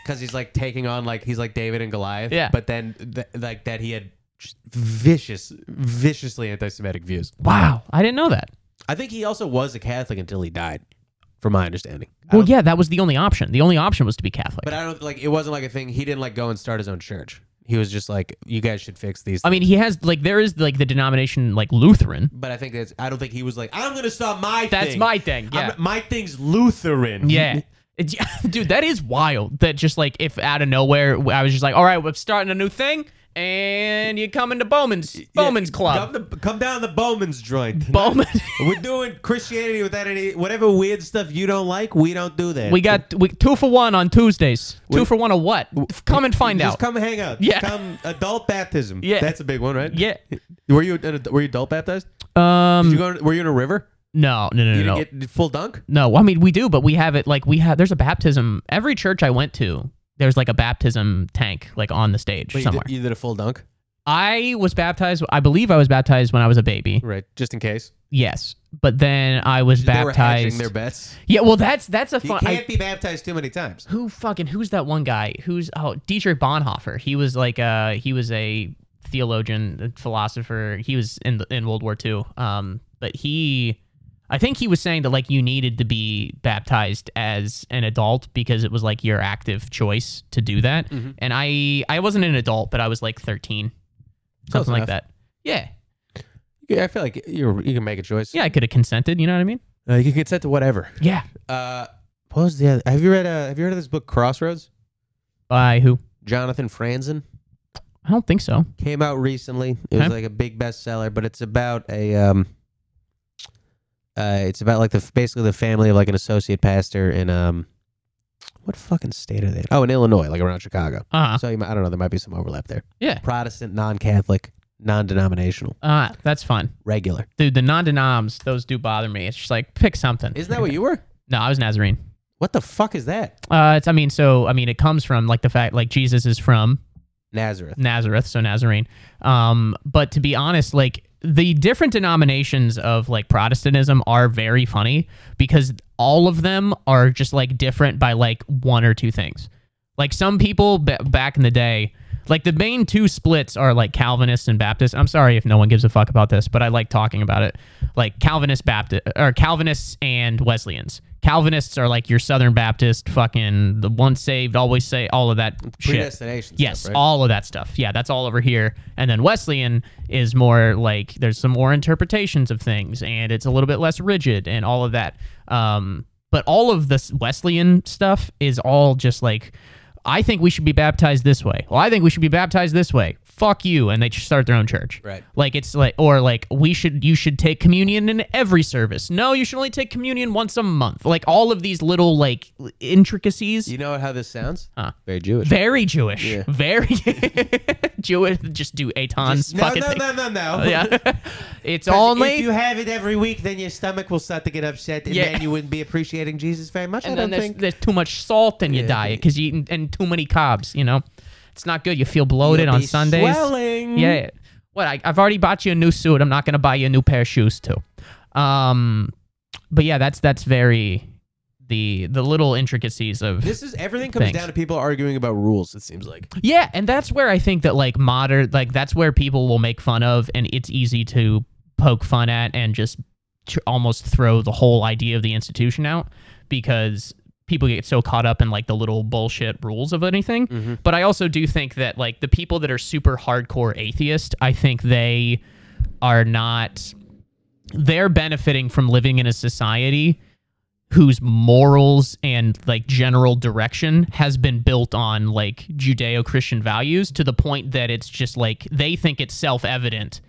Speaker 2: because he's like taking on like he's like David and Goliath.
Speaker 1: Yeah.
Speaker 2: But then th- like that he had just vicious, viciously anti-Semitic views.
Speaker 1: Wow, I didn't know that.
Speaker 2: I think he also was a Catholic until he died, from my understanding. I
Speaker 1: Well,
Speaker 2: don't-
Speaker 1: yeah, that was the only option. The only option was to be Catholic.
Speaker 2: But I don't like it wasn't like a thing. He didn't like go and start his own church. He was just like, you guys should fix these.
Speaker 1: I mean, he has like there is like the denomination like Lutheran.
Speaker 2: but I think that's. I don't think he was like, I'm gonna stop my.
Speaker 1: That's
Speaker 2: thing.
Speaker 1: my thing.
Speaker 2: I'm-
Speaker 1: Yeah.
Speaker 2: my thing's Lutheran.
Speaker 1: Yeah. *laughs* It's- Dude, that is wild. That just like if out of nowhere I was just like, all right, we're starting a new thing, and you come into Bowman's Bowman's
Speaker 2: *laughs*
Speaker 1: Club.
Speaker 2: Come, to, come down the Bowman's joint.
Speaker 1: Bowman.
Speaker 2: We're doing Christianity without any whatever weird stuff you don't like. We don't do
Speaker 1: *laughs*
Speaker 2: that.
Speaker 1: we got we, two for one on Tuesdays. Two for one of what? Come and find
Speaker 2: Just
Speaker 1: out.
Speaker 2: come hang out.
Speaker 1: Yeah.
Speaker 2: Come adult baptism.
Speaker 1: Yeah.
Speaker 2: That's a big one, right?
Speaker 1: Yeah.
Speaker 2: Were you an, were you adult baptized? Did
Speaker 1: Um.
Speaker 2: you go in, were you in a river?
Speaker 1: no. No. No.
Speaker 2: You
Speaker 1: No. no.
Speaker 2: didn't get full dunk?
Speaker 1: No, I mean we do, but we have it like we have. There's a baptism. Every church I went to, there's like a baptism tank like on the stage
Speaker 2: But you
Speaker 1: somewhere.
Speaker 2: did, you did a full dunk,
Speaker 1: I was baptized. I believe I was baptized when I was a baby.
Speaker 2: right? Just in case.
Speaker 1: Yes, but then I was
Speaker 2: Hmm. They were hedging
Speaker 1: baptized.
Speaker 2: their bets.
Speaker 1: yeah, well, that's that's a
Speaker 2: You
Speaker 1: fun.
Speaker 2: can't
Speaker 1: I,
Speaker 2: be baptized too many times.
Speaker 1: who fucking who's that one guy? Who's oh Dietrich Bonhoeffer? He was like uh he was a theologian, a philosopher. He was in the, in World War II. Um, but he. I think he was saying that like you needed to be baptized as an adult because it was like your active choice to do that.
Speaker 2: Mhm.
Speaker 1: And I I wasn't an adult, but I was like 13.
Speaker 2: Close
Speaker 1: Something like
Speaker 2: enough.
Speaker 1: that. Yeah.
Speaker 2: Yeah, I feel like you you can make a choice.
Speaker 1: Yeah, I could have consented, you know what I mean?
Speaker 2: Uh, you can consent to whatever.
Speaker 1: Yeah.
Speaker 2: Uh, what was the other? Have you read uh, Have you heard of this book Crossroads?
Speaker 1: By who?
Speaker 2: Jonathan Franzen
Speaker 1: I don't think so.
Speaker 2: came out recently. It was
Speaker 1: Okay.
Speaker 2: like a big bestseller, but it's about a um, uh, it's about like the basically the family of like an associate pastor in um, what fucking state are they? In? Oh, in Illinois, like around Chicago.
Speaker 1: Uh-huh.
Speaker 2: So you might, I don't know, there might be some overlap there.
Speaker 1: Yeah.
Speaker 2: Protestant, non-Catholic, non-denominational,
Speaker 1: Uh, that's fun.
Speaker 2: regular.
Speaker 1: Dude, the non-denoms, those do bother me. It's just like pick something.
Speaker 2: Isn't that what you were?
Speaker 1: No, I was Nazarene.
Speaker 2: What the fuck is that?
Speaker 1: Uh, it's I mean, so I mean, it comes from like the fact like Jesus is from
Speaker 2: Nazareth.
Speaker 1: Nazareth, so Nazarene. Um, but to be honest, like the different denominations of like Protestantism are very funny because all of them are just like different by like one or two things. Like some people b- back in the day, like the main two splits are like Calvinists and Baptists. I'm sorry if no one gives a fuck about this, but I like talking about it. Like Calvinist Baptist or Calvinists and Wesleyans. Calvinists are like your Southern Baptist, fucking the once saved, always say all of that shit.
Speaker 2: Predestination. stuff,
Speaker 1: Yes,
Speaker 2: right?
Speaker 1: all of that stuff. Yeah, that's all over here. And then Wesleyan is more like there's some more interpretations of things, and it's a little bit less rigid and all of that. Um, but all of this Wesleyan stuff is all just like, I think we should be baptized this way. Well, I think we should be baptized this way. Fuck you, and they just start their own church.
Speaker 2: Right.
Speaker 1: Like it's like, or like we should, you should take communion in every service. No, you should only take communion once a month. Like all of these little like intricacies.
Speaker 2: You know how this sounds?
Speaker 1: Huh.
Speaker 2: Very Jewish.
Speaker 1: Very Jewish.
Speaker 2: Yeah.
Speaker 1: Very *laughs* Jewish. Just do
Speaker 2: Just-
Speaker 1: Aton's
Speaker 2: no,
Speaker 1: fucking *laughs*
Speaker 2: no, no, no, no.
Speaker 1: thing.
Speaker 2: *laughs*
Speaker 1: Yeah. it's only.
Speaker 2: If you have it every week, then your stomach will start to get upset, and
Speaker 1: Yeah.
Speaker 2: then you wouldn't be appreciating Jesus very much.
Speaker 1: and
Speaker 2: I
Speaker 1: then
Speaker 2: don't
Speaker 1: there's,
Speaker 2: think.
Speaker 1: there's too much salt in your
Speaker 2: Yeah.
Speaker 1: diet because you eating and too many carbs. You know, it's not good. You feel bloated
Speaker 2: You'll
Speaker 1: on
Speaker 2: be
Speaker 1: Sundays.
Speaker 2: swelling.
Speaker 1: Yeah. What? I, I've already bought you a new suit. I'm not gonna buy you a new pair of shoes too. Um, but yeah, that's that's very the the little intricacies of
Speaker 2: This is everything comes
Speaker 1: Thanks.
Speaker 2: down to people arguing about rules. It seems like
Speaker 1: Yeah, and that's where I think that like modern like that's where people will make fun of and it's easy to poke fun at and just tr- almost throw the whole idea of the institution out because people get so caught up in like the little bullshit rules of anything. But I also do think that like the people that are super hardcore atheist, I think they are not they're benefiting from living in a society whose morals and like general direction has been built on like Judeo Christian values to the point that it's just like they think it's self evident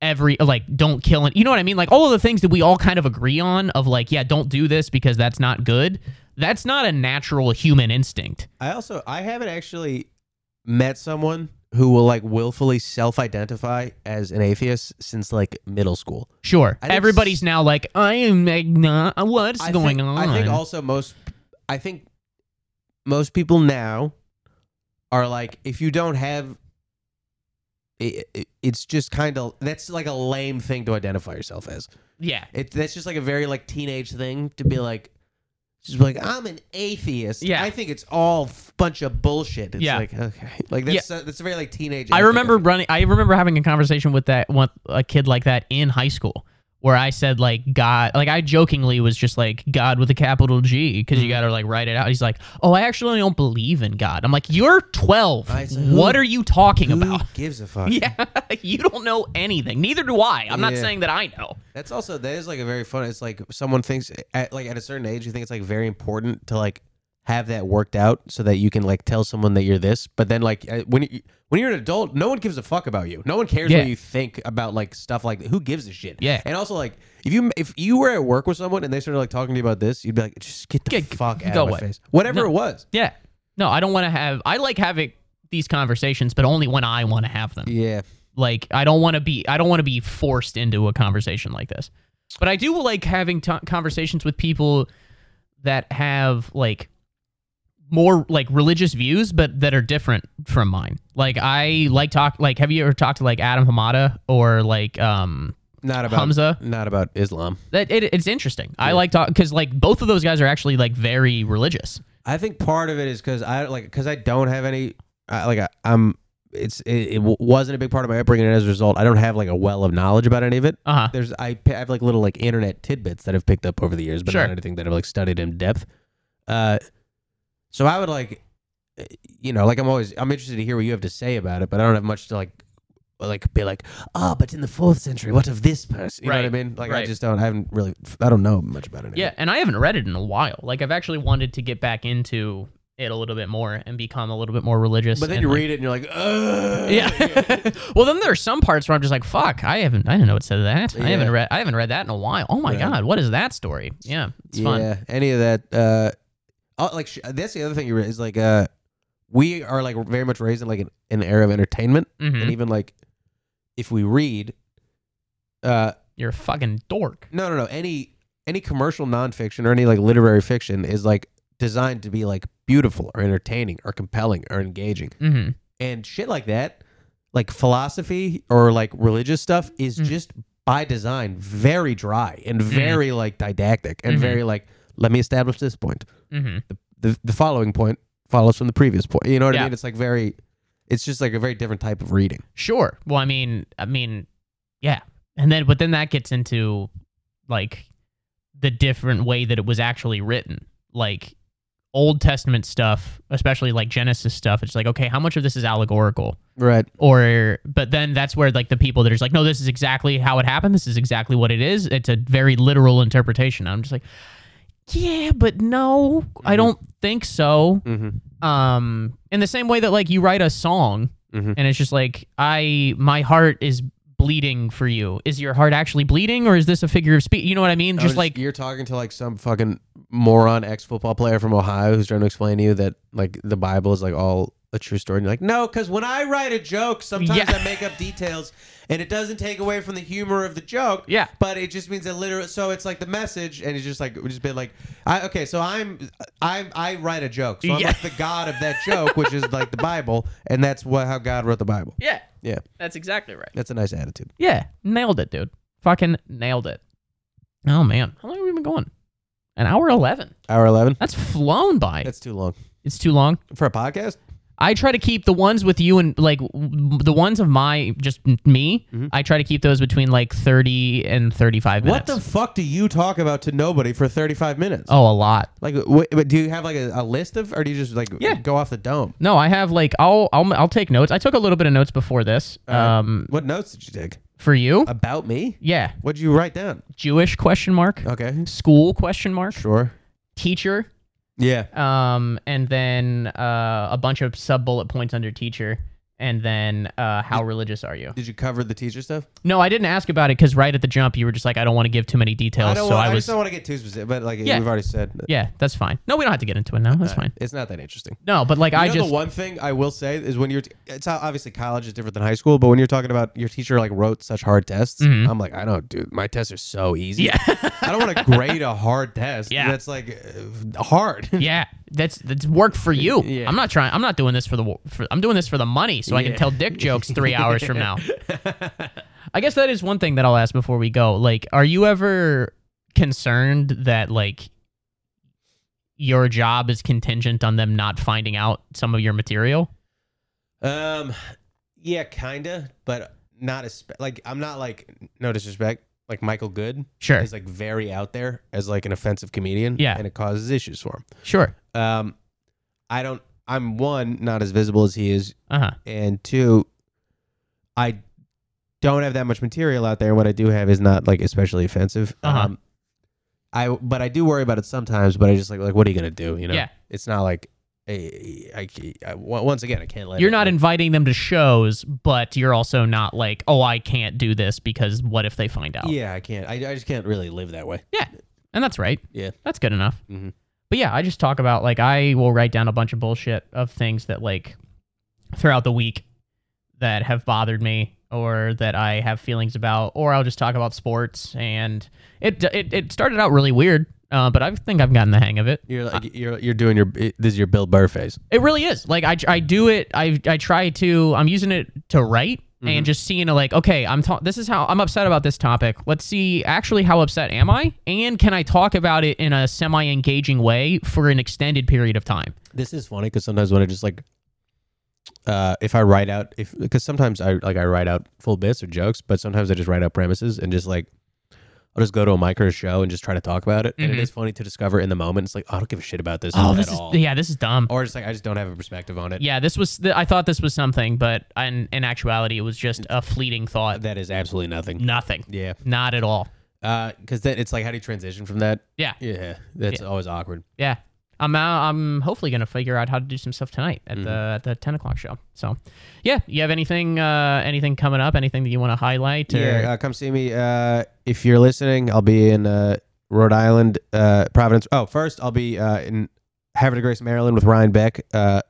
Speaker 1: every like don't kill it. You know what I mean? Like all of the things that we all kind of agree on of like yeah, don't do this because that's not good. That's not a natural human instinct.
Speaker 2: I also I haven't actually met someone who will like willfully self-identify as an atheist since like middle school.
Speaker 1: Sure,
Speaker 2: I think
Speaker 1: everybody's now like I am not what's
Speaker 2: I
Speaker 1: going
Speaker 2: think,
Speaker 1: on.
Speaker 2: I think also most I think most people now are like if you don't have i i it's just kind of that's like a lame thing to identify yourself as.
Speaker 1: yeah,
Speaker 2: It that's just like a very like teenage thing to be like just be like I'm an atheist.
Speaker 1: Yeah.
Speaker 2: I think it's all f- bunch of bullshit. It's
Speaker 1: Yeah.
Speaker 2: like okay. Like that's uh, that's a very like teenage
Speaker 1: I
Speaker 2: ethic,
Speaker 1: remember
Speaker 2: think.
Speaker 1: running. I remember having a conversation with that one a kid like that in high school, where I said like God, like I jokingly was just like God with a capital G because
Speaker 2: Mm.
Speaker 1: you got to like write it out. He's like, oh, I actually don't believe in God. I'm like, you're 12.
Speaker 2: I said,
Speaker 1: what
Speaker 2: who-
Speaker 1: are you talking
Speaker 2: Who
Speaker 1: about? *laughs*
Speaker 2: gives a fuck?
Speaker 1: Yeah, you don't know anything. Neither do I. I'm not
Speaker 2: Yeah.
Speaker 1: saying that I know.
Speaker 2: That's also that is like a very fun. It's like someone thinks at like at a certain age, you think it's like very important to like have that worked out so that you can like tell someone that you're this. But then like uh, when you when you're an adult, no one gives a fuck about you. No one cares
Speaker 1: Yeah.
Speaker 2: what you think about like stuff like who gives a shit.
Speaker 1: Yeah.
Speaker 2: And also like if you if you were at work with someone and they started like talking to you about this, you'd be like, just get the
Speaker 1: Get-
Speaker 2: fuck out
Speaker 1: go
Speaker 2: of my
Speaker 1: away.
Speaker 2: face. Whatever
Speaker 1: No.
Speaker 2: it was.
Speaker 1: Yeah, no, I don't want to have. I like having these conversations, but only when I want to have them.
Speaker 2: Yeah.
Speaker 1: like i don't want to be i don't want to be forced into a conversation like this but i do like having t- conversations with people that have like more like religious views but that are different from mine like i like talk like have you ever talked to like adam hamada or like um
Speaker 2: Not about
Speaker 1: Hamza?
Speaker 2: Not about Islam.
Speaker 1: that it, it's interesting i like talk because like both of those guys are actually like very religious
Speaker 2: I think part of it is because I like because I don't have any I, like I, I'm it's it, it w- wasn't a big part of my upbringing and as a result I don't have like a well of knowledge about any of it.
Speaker 1: uh-huh
Speaker 2: There's I p- have like little like internet tidbits that I've picked up over the years, but
Speaker 1: Sure.
Speaker 2: not anything that I've like studied in depth. Uh, so I would like eh, you know like I'm always I'm interested to hear what you have to say about it, but I don't have much to like like be like oh but in the fourth century what of this person you know
Speaker 1: Right,
Speaker 2: what i mean like i
Speaker 1: right.
Speaker 2: just don't i haven't really i don't know much about it
Speaker 1: Yeah, and I haven't read it in a while. Like I've actually wanted to get back into it a little bit more and become a little bit more religious.
Speaker 2: but then
Speaker 1: and,
Speaker 2: you
Speaker 1: like-
Speaker 2: read it and you're like Ugh.
Speaker 1: Yeah. *laughs* well, then there are some parts where I'm just like, fuck, I haven't, I didn't know what said that. I haven't
Speaker 2: Yeah.
Speaker 1: read, I haven't read that in a while. Oh my
Speaker 2: Right.
Speaker 1: god, what is that story? Yeah, it's fun.
Speaker 2: Yeah, any of that. Uh, oh, like sh- that's the other thing you re- is like uh, we are like very much raised in like an, an era of entertainment,
Speaker 1: hmm
Speaker 2: and even like if we read, uh,
Speaker 1: You're a fucking dork.
Speaker 2: no, no, no, any any commercial nonfiction or any like literary fiction is like designed to be like beautiful or entertaining or compelling or engaging
Speaker 1: hmm
Speaker 2: and shit like that. Like philosophy or like religious stuff is
Speaker 1: Mm.
Speaker 2: just by design very dry and
Speaker 1: Mm-hmm.
Speaker 2: very like didactic and
Speaker 1: Mhm.
Speaker 2: very like let me establish this point
Speaker 1: hmm
Speaker 2: the the following point follows from the previous point. You know what I
Speaker 1: Yeah.
Speaker 2: mean? It's like very, it's just like a very different type of reading.
Speaker 1: Sure. Well, I mean, I mean, yeah, and then but then that gets into like the different way that it was actually written, like. Old Testament stuff, especially like Genesis stuff, it's like, okay, how much of this is allegorical?
Speaker 2: Right.
Speaker 1: or but then that's where like the people that are just like no this is exactly how it happened this is exactly what it is it's a very literal interpretation i'm just like yeah but no i
Speaker 2: Mhm.
Speaker 1: don't think so
Speaker 2: Mm-hmm.
Speaker 1: um in the same way that like you write a song
Speaker 2: Mhm.
Speaker 1: and it's just like i my heart is bleeding for you is your heart actually bleeding or is this a figure of speech you know what i mean just like
Speaker 2: you're talking to like some fucking moron ex football player from Ohio who's trying to explain to you that like the Bible is like all a true story. And you're like, no, because when I write a joke, sometimes
Speaker 1: Yeah.
Speaker 2: I make up details, and it doesn't take away from the humor of the joke.
Speaker 1: yeah
Speaker 2: but it just means that literal. So it's like the message, and it's just like we've just been like, I, okay, so I'm I I write a joke, so I'm
Speaker 1: Yeah.
Speaker 2: like the god of that joke, which is like the Bible, and that's what how God wrote the Bible.
Speaker 1: yeah
Speaker 2: Yeah,
Speaker 1: that's exactly right
Speaker 2: that's a nice attitude.
Speaker 1: Yeah, nailed it, dude. Fucking nailed it. Oh man, how long have we been going? An hour eleven.
Speaker 2: Hour eleven.
Speaker 1: That's flown by.
Speaker 2: That's too long
Speaker 1: it's too long.
Speaker 2: for a podcast.
Speaker 1: I try to keep the ones with you and like w- the ones of my just m- me.
Speaker 2: Mhm.
Speaker 1: I try to keep those between like thirty and thirty-five
Speaker 2: What
Speaker 1: minutes.
Speaker 2: the fuck do you talk about to nobody for thirty five minutes?
Speaker 1: oh, a lot.
Speaker 2: Like, wh- wh- do you have like a, a list of, or do you just like
Speaker 1: Yeah.
Speaker 2: go off the dome?
Speaker 1: No, I have like I'll I'll I'll take notes. I took a little bit of notes before this.
Speaker 2: Uh-huh.
Speaker 1: Um,
Speaker 2: What notes did you take
Speaker 1: for you,
Speaker 2: about me?
Speaker 1: yeah,
Speaker 2: What did you write down?
Speaker 1: Jewish question mark,
Speaker 2: Okay,
Speaker 1: school question mark,
Speaker 2: sure.
Speaker 1: teacher
Speaker 2: Yeah,
Speaker 1: um, and then uh, a bunch of sub bullet points under teacher, and then uh, how religious are you?
Speaker 2: Did you cover the teacher stuff?
Speaker 1: No, I didn't ask about it because right at the jump, you were just like, I don't want to give too many
Speaker 2: I
Speaker 1: details.
Speaker 2: don't.
Speaker 1: so
Speaker 2: want, I,
Speaker 1: I was,
Speaker 2: just don't want to get too specific. But like
Speaker 1: Yeah.
Speaker 2: we've already said,
Speaker 1: yeah, that's fine. No, we don't have to get into it now. That's fine.
Speaker 2: it's not that interesting.
Speaker 1: No, but like
Speaker 2: You
Speaker 1: I
Speaker 2: know
Speaker 1: just
Speaker 2: the one thing I will say is when you're, t- it's how obviously college is different than high school, but when you're talking about your teacher like wrote such hard tests,
Speaker 1: Mhm.
Speaker 2: I'm like, I don't, dude, my tests are so easy.
Speaker 1: yeah,
Speaker 2: I don't want to grade a hard test.
Speaker 1: Yeah.
Speaker 2: That's like uh, hard.
Speaker 1: yeah. That's that's work for you.
Speaker 2: Yeah.
Speaker 1: I'm not trying. I'm not doing this for the. wo- For, I'm doing this for the money, so I can
Speaker 2: Yeah.
Speaker 1: tell dick jokes
Speaker 2: *laughs*
Speaker 1: three hours from now. I guess that is one thing that I'll ask before we go. Like, are you ever concerned that like your job is contingent on them not finding out some of your material?
Speaker 2: Um, yeah, kinda, but not as like I'm not like no disrespect. Like Michael Good
Speaker 1: Sure,
Speaker 2: is like very out there as like an offensive comedian.
Speaker 1: Yeah.
Speaker 2: and it causes issues for
Speaker 1: sure.
Speaker 2: him. Um, I don't. I'm one not as visible as he is,
Speaker 1: Uh huh.
Speaker 2: and two, I don't have that much material out there. What I do have is not like especially offensive.
Speaker 1: Uh-huh.
Speaker 2: Um, I but I do worry about it sometimes. But I just like like what are you gonna do? You know,
Speaker 1: Yeah.
Speaker 2: it's not like. I, I, I, once again, I can't let
Speaker 1: You're
Speaker 2: it-
Speaker 1: not
Speaker 2: like,
Speaker 1: inviting them to shows, but you're also not like, oh, I can't do this because what if they find out?
Speaker 2: Yeah, I can't. I, I just can't really live that way.
Speaker 1: And that's right.
Speaker 2: Yeah.
Speaker 1: That's good enough.
Speaker 2: Mhm.
Speaker 1: But yeah, I just talk about like, I will write down a bunch of bullshit of things that like throughout the week that have bothered me or that I have feelings about, or I'll just talk about sports. And it, it, it started out really weird, uh, but I think I've gotten the hang of it.
Speaker 2: You're like you're you're doing your this is your Bill Burr phase.
Speaker 1: It really is. Like I, I do it. I I try to. I'm using it to write and just seeing like, okay, I'm ta- this is how I'm upset about this topic. Let's see actually how upset am I, and can I talk about it in a semi engaging way for an extended period of time?
Speaker 2: This is funny because sometimes when I just like, uh, if I write out if because sometimes I like I write out full bits or jokes, but sometimes I just write out premises and just like. I'll just go to a mic or a show and just try to talk about it. And
Speaker 1: Mhm.
Speaker 2: it is funny to discover in the moment. It's like, oh, I don't give a shit about this
Speaker 1: Oh,
Speaker 2: at
Speaker 1: this is
Speaker 2: all.
Speaker 1: yeah, this is dumb.
Speaker 2: Or just like, I just don't have a perspective on it.
Speaker 1: Yeah, this was. The, I thought this was something, but in, in actuality, it was just a fleeting thought.
Speaker 2: Uh, That is absolutely nothing.
Speaker 1: Nothing.
Speaker 2: Yeah.
Speaker 1: Not at all.
Speaker 2: Because then it's like, how do you transition from that?
Speaker 1: Yeah.
Speaker 2: Yeah. That's always awkward.
Speaker 1: Yeah. I'm out, I'm hopefully gonna figure out how to do some stuff tonight at the at the ten o'clock show. So, yeah, you have anything uh, anything coming up? Anything that you want to highlight? Or,
Speaker 2: Yeah, uh, come see me uh, if you're listening. I'll be in uh, Rhode Island, uh, Providence. Oh, first I'll be uh, in Havre de Grace, Maryland, with Ryan Beck uh,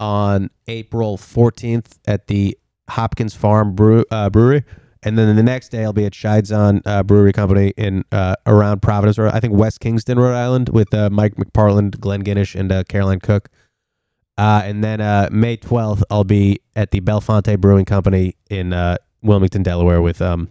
Speaker 2: on April 14th at the Hopkins Farm Brew- uh, Brewery, and then the next day I'll be at Shidezon uh, Brewery Company in uh, around Providence, Rhode. I think West Kingston, Rhode Island, with uh, Mike McParland, Glenn Ginnish, and uh, Caroline Cook. Uh, and then uh, May 12th, I'll be at the Belfonte Brewing Company in uh, Wilmington, Delaware with um,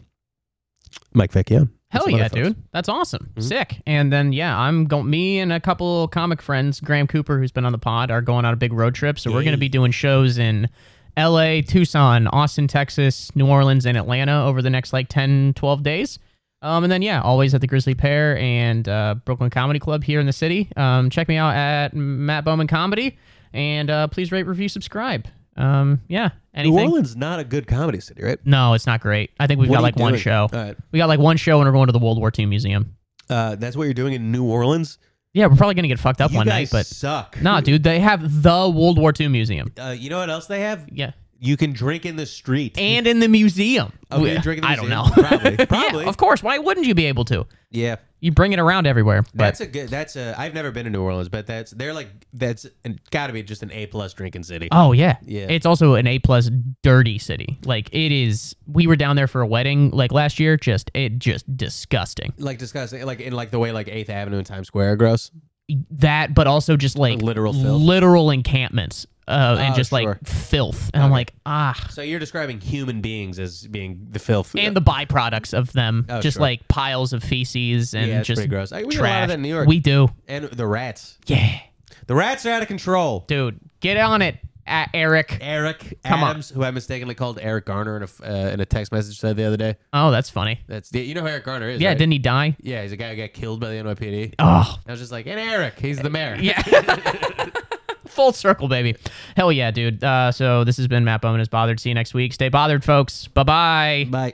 Speaker 2: Mike Vecchione.
Speaker 1: hell
Speaker 2: Some other
Speaker 1: yeah,
Speaker 2: folks.
Speaker 1: dude, that's awesome,
Speaker 2: Mhm.
Speaker 1: sick. And then yeah, I'm going. Me and a couple comic friends, Graham Cooper, who's been on the pod, are going on a big road trip. So we're gonna
Speaker 2: Yay.
Speaker 1: be doing shows in L.A., Tucson, Austin, Texas, New Orleans, and Atlanta over the next like 10, 12 days. Um, and then yeah, always at the Grizzly Pear and uh, Brooklyn Comedy Club here in the city. Um, check me out at Matt Bowman Comedy, and uh, please rate, review, subscribe. Um, yeah,
Speaker 2: New
Speaker 1: anything?
Speaker 2: Orleans not a good comedy city, right?
Speaker 1: No, it's not great. I think we've
Speaker 2: What
Speaker 1: got
Speaker 2: are you
Speaker 1: like one
Speaker 2: doing?
Speaker 1: show.
Speaker 2: All right.
Speaker 1: We got like one show, and we're going to the World War II Museum.
Speaker 2: Uh, that's what you're doing in New Orleans?
Speaker 1: Yeah, we're probably gonna get fucked up
Speaker 2: you
Speaker 1: one
Speaker 2: guys
Speaker 1: night, but
Speaker 2: suck.
Speaker 1: nah, dude, they have the World War II Museum.
Speaker 2: Uh, you know what else they have?
Speaker 1: Yeah,
Speaker 2: You can drink in the street.
Speaker 1: and in the museum.
Speaker 2: Oh,
Speaker 1: We-
Speaker 2: you're drinking in
Speaker 1: I
Speaker 2: the
Speaker 1: don't know.
Speaker 2: museum? *laughs* Probably.
Speaker 1: *laughs* Yeah,
Speaker 2: Probably.
Speaker 1: of course. Why wouldn't you be able to?
Speaker 2: yeah.
Speaker 1: You bring it around everywhere. But
Speaker 2: That's a good. That's a. I've never been to New Orleans, but that's. They're like. That's got to be just an A plus drinking city.
Speaker 1: oh yeah,
Speaker 2: Yeah.
Speaker 1: It's also an A plus dirty city. Like it is. We were down there for a wedding like last year. Just it just disgusting.
Speaker 2: like disgusting, like in like the way like Eighth Avenue and Times Square are gross.
Speaker 1: That, but also just like
Speaker 2: Literal filth.
Speaker 1: literal encampments. Uh, and
Speaker 2: Oh,
Speaker 1: just
Speaker 2: sure.
Speaker 1: like filth, and I'm like, ah,
Speaker 2: So you're describing human beings as being the filth
Speaker 1: and the byproducts of them,
Speaker 2: Oh,
Speaker 1: just
Speaker 2: sure.
Speaker 1: like piles of feces and
Speaker 2: yeah, it's
Speaker 1: just
Speaker 2: pretty gross. I, we got a lot
Speaker 1: trash.
Speaker 2: of that in New York.
Speaker 1: We do.
Speaker 2: and the rats.
Speaker 1: Yeah.
Speaker 2: The rats are out of control.
Speaker 1: Dude, get on it, A- Eric.
Speaker 2: Eric
Speaker 1: Come on.
Speaker 2: Adams, who I mistakenly called Eric Garner in a uh, in a text message said the other day.
Speaker 1: Oh, that's funny.
Speaker 2: That's you know who Eric Garner is.
Speaker 1: Yeah,
Speaker 2: right?
Speaker 1: didn't he die?
Speaker 2: yeah, he's a guy who got killed by the NYPD.
Speaker 1: Oh,
Speaker 2: I was just like, and Eric, he's the mayor.
Speaker 1: yeah. *laughs* Full circle, baby. Hell yeah, dude. Uh, so this has been Matt Bowman is Bothered. See you next week. Stay bothered, folks. Bye-bye.
Speaker 2: Bye.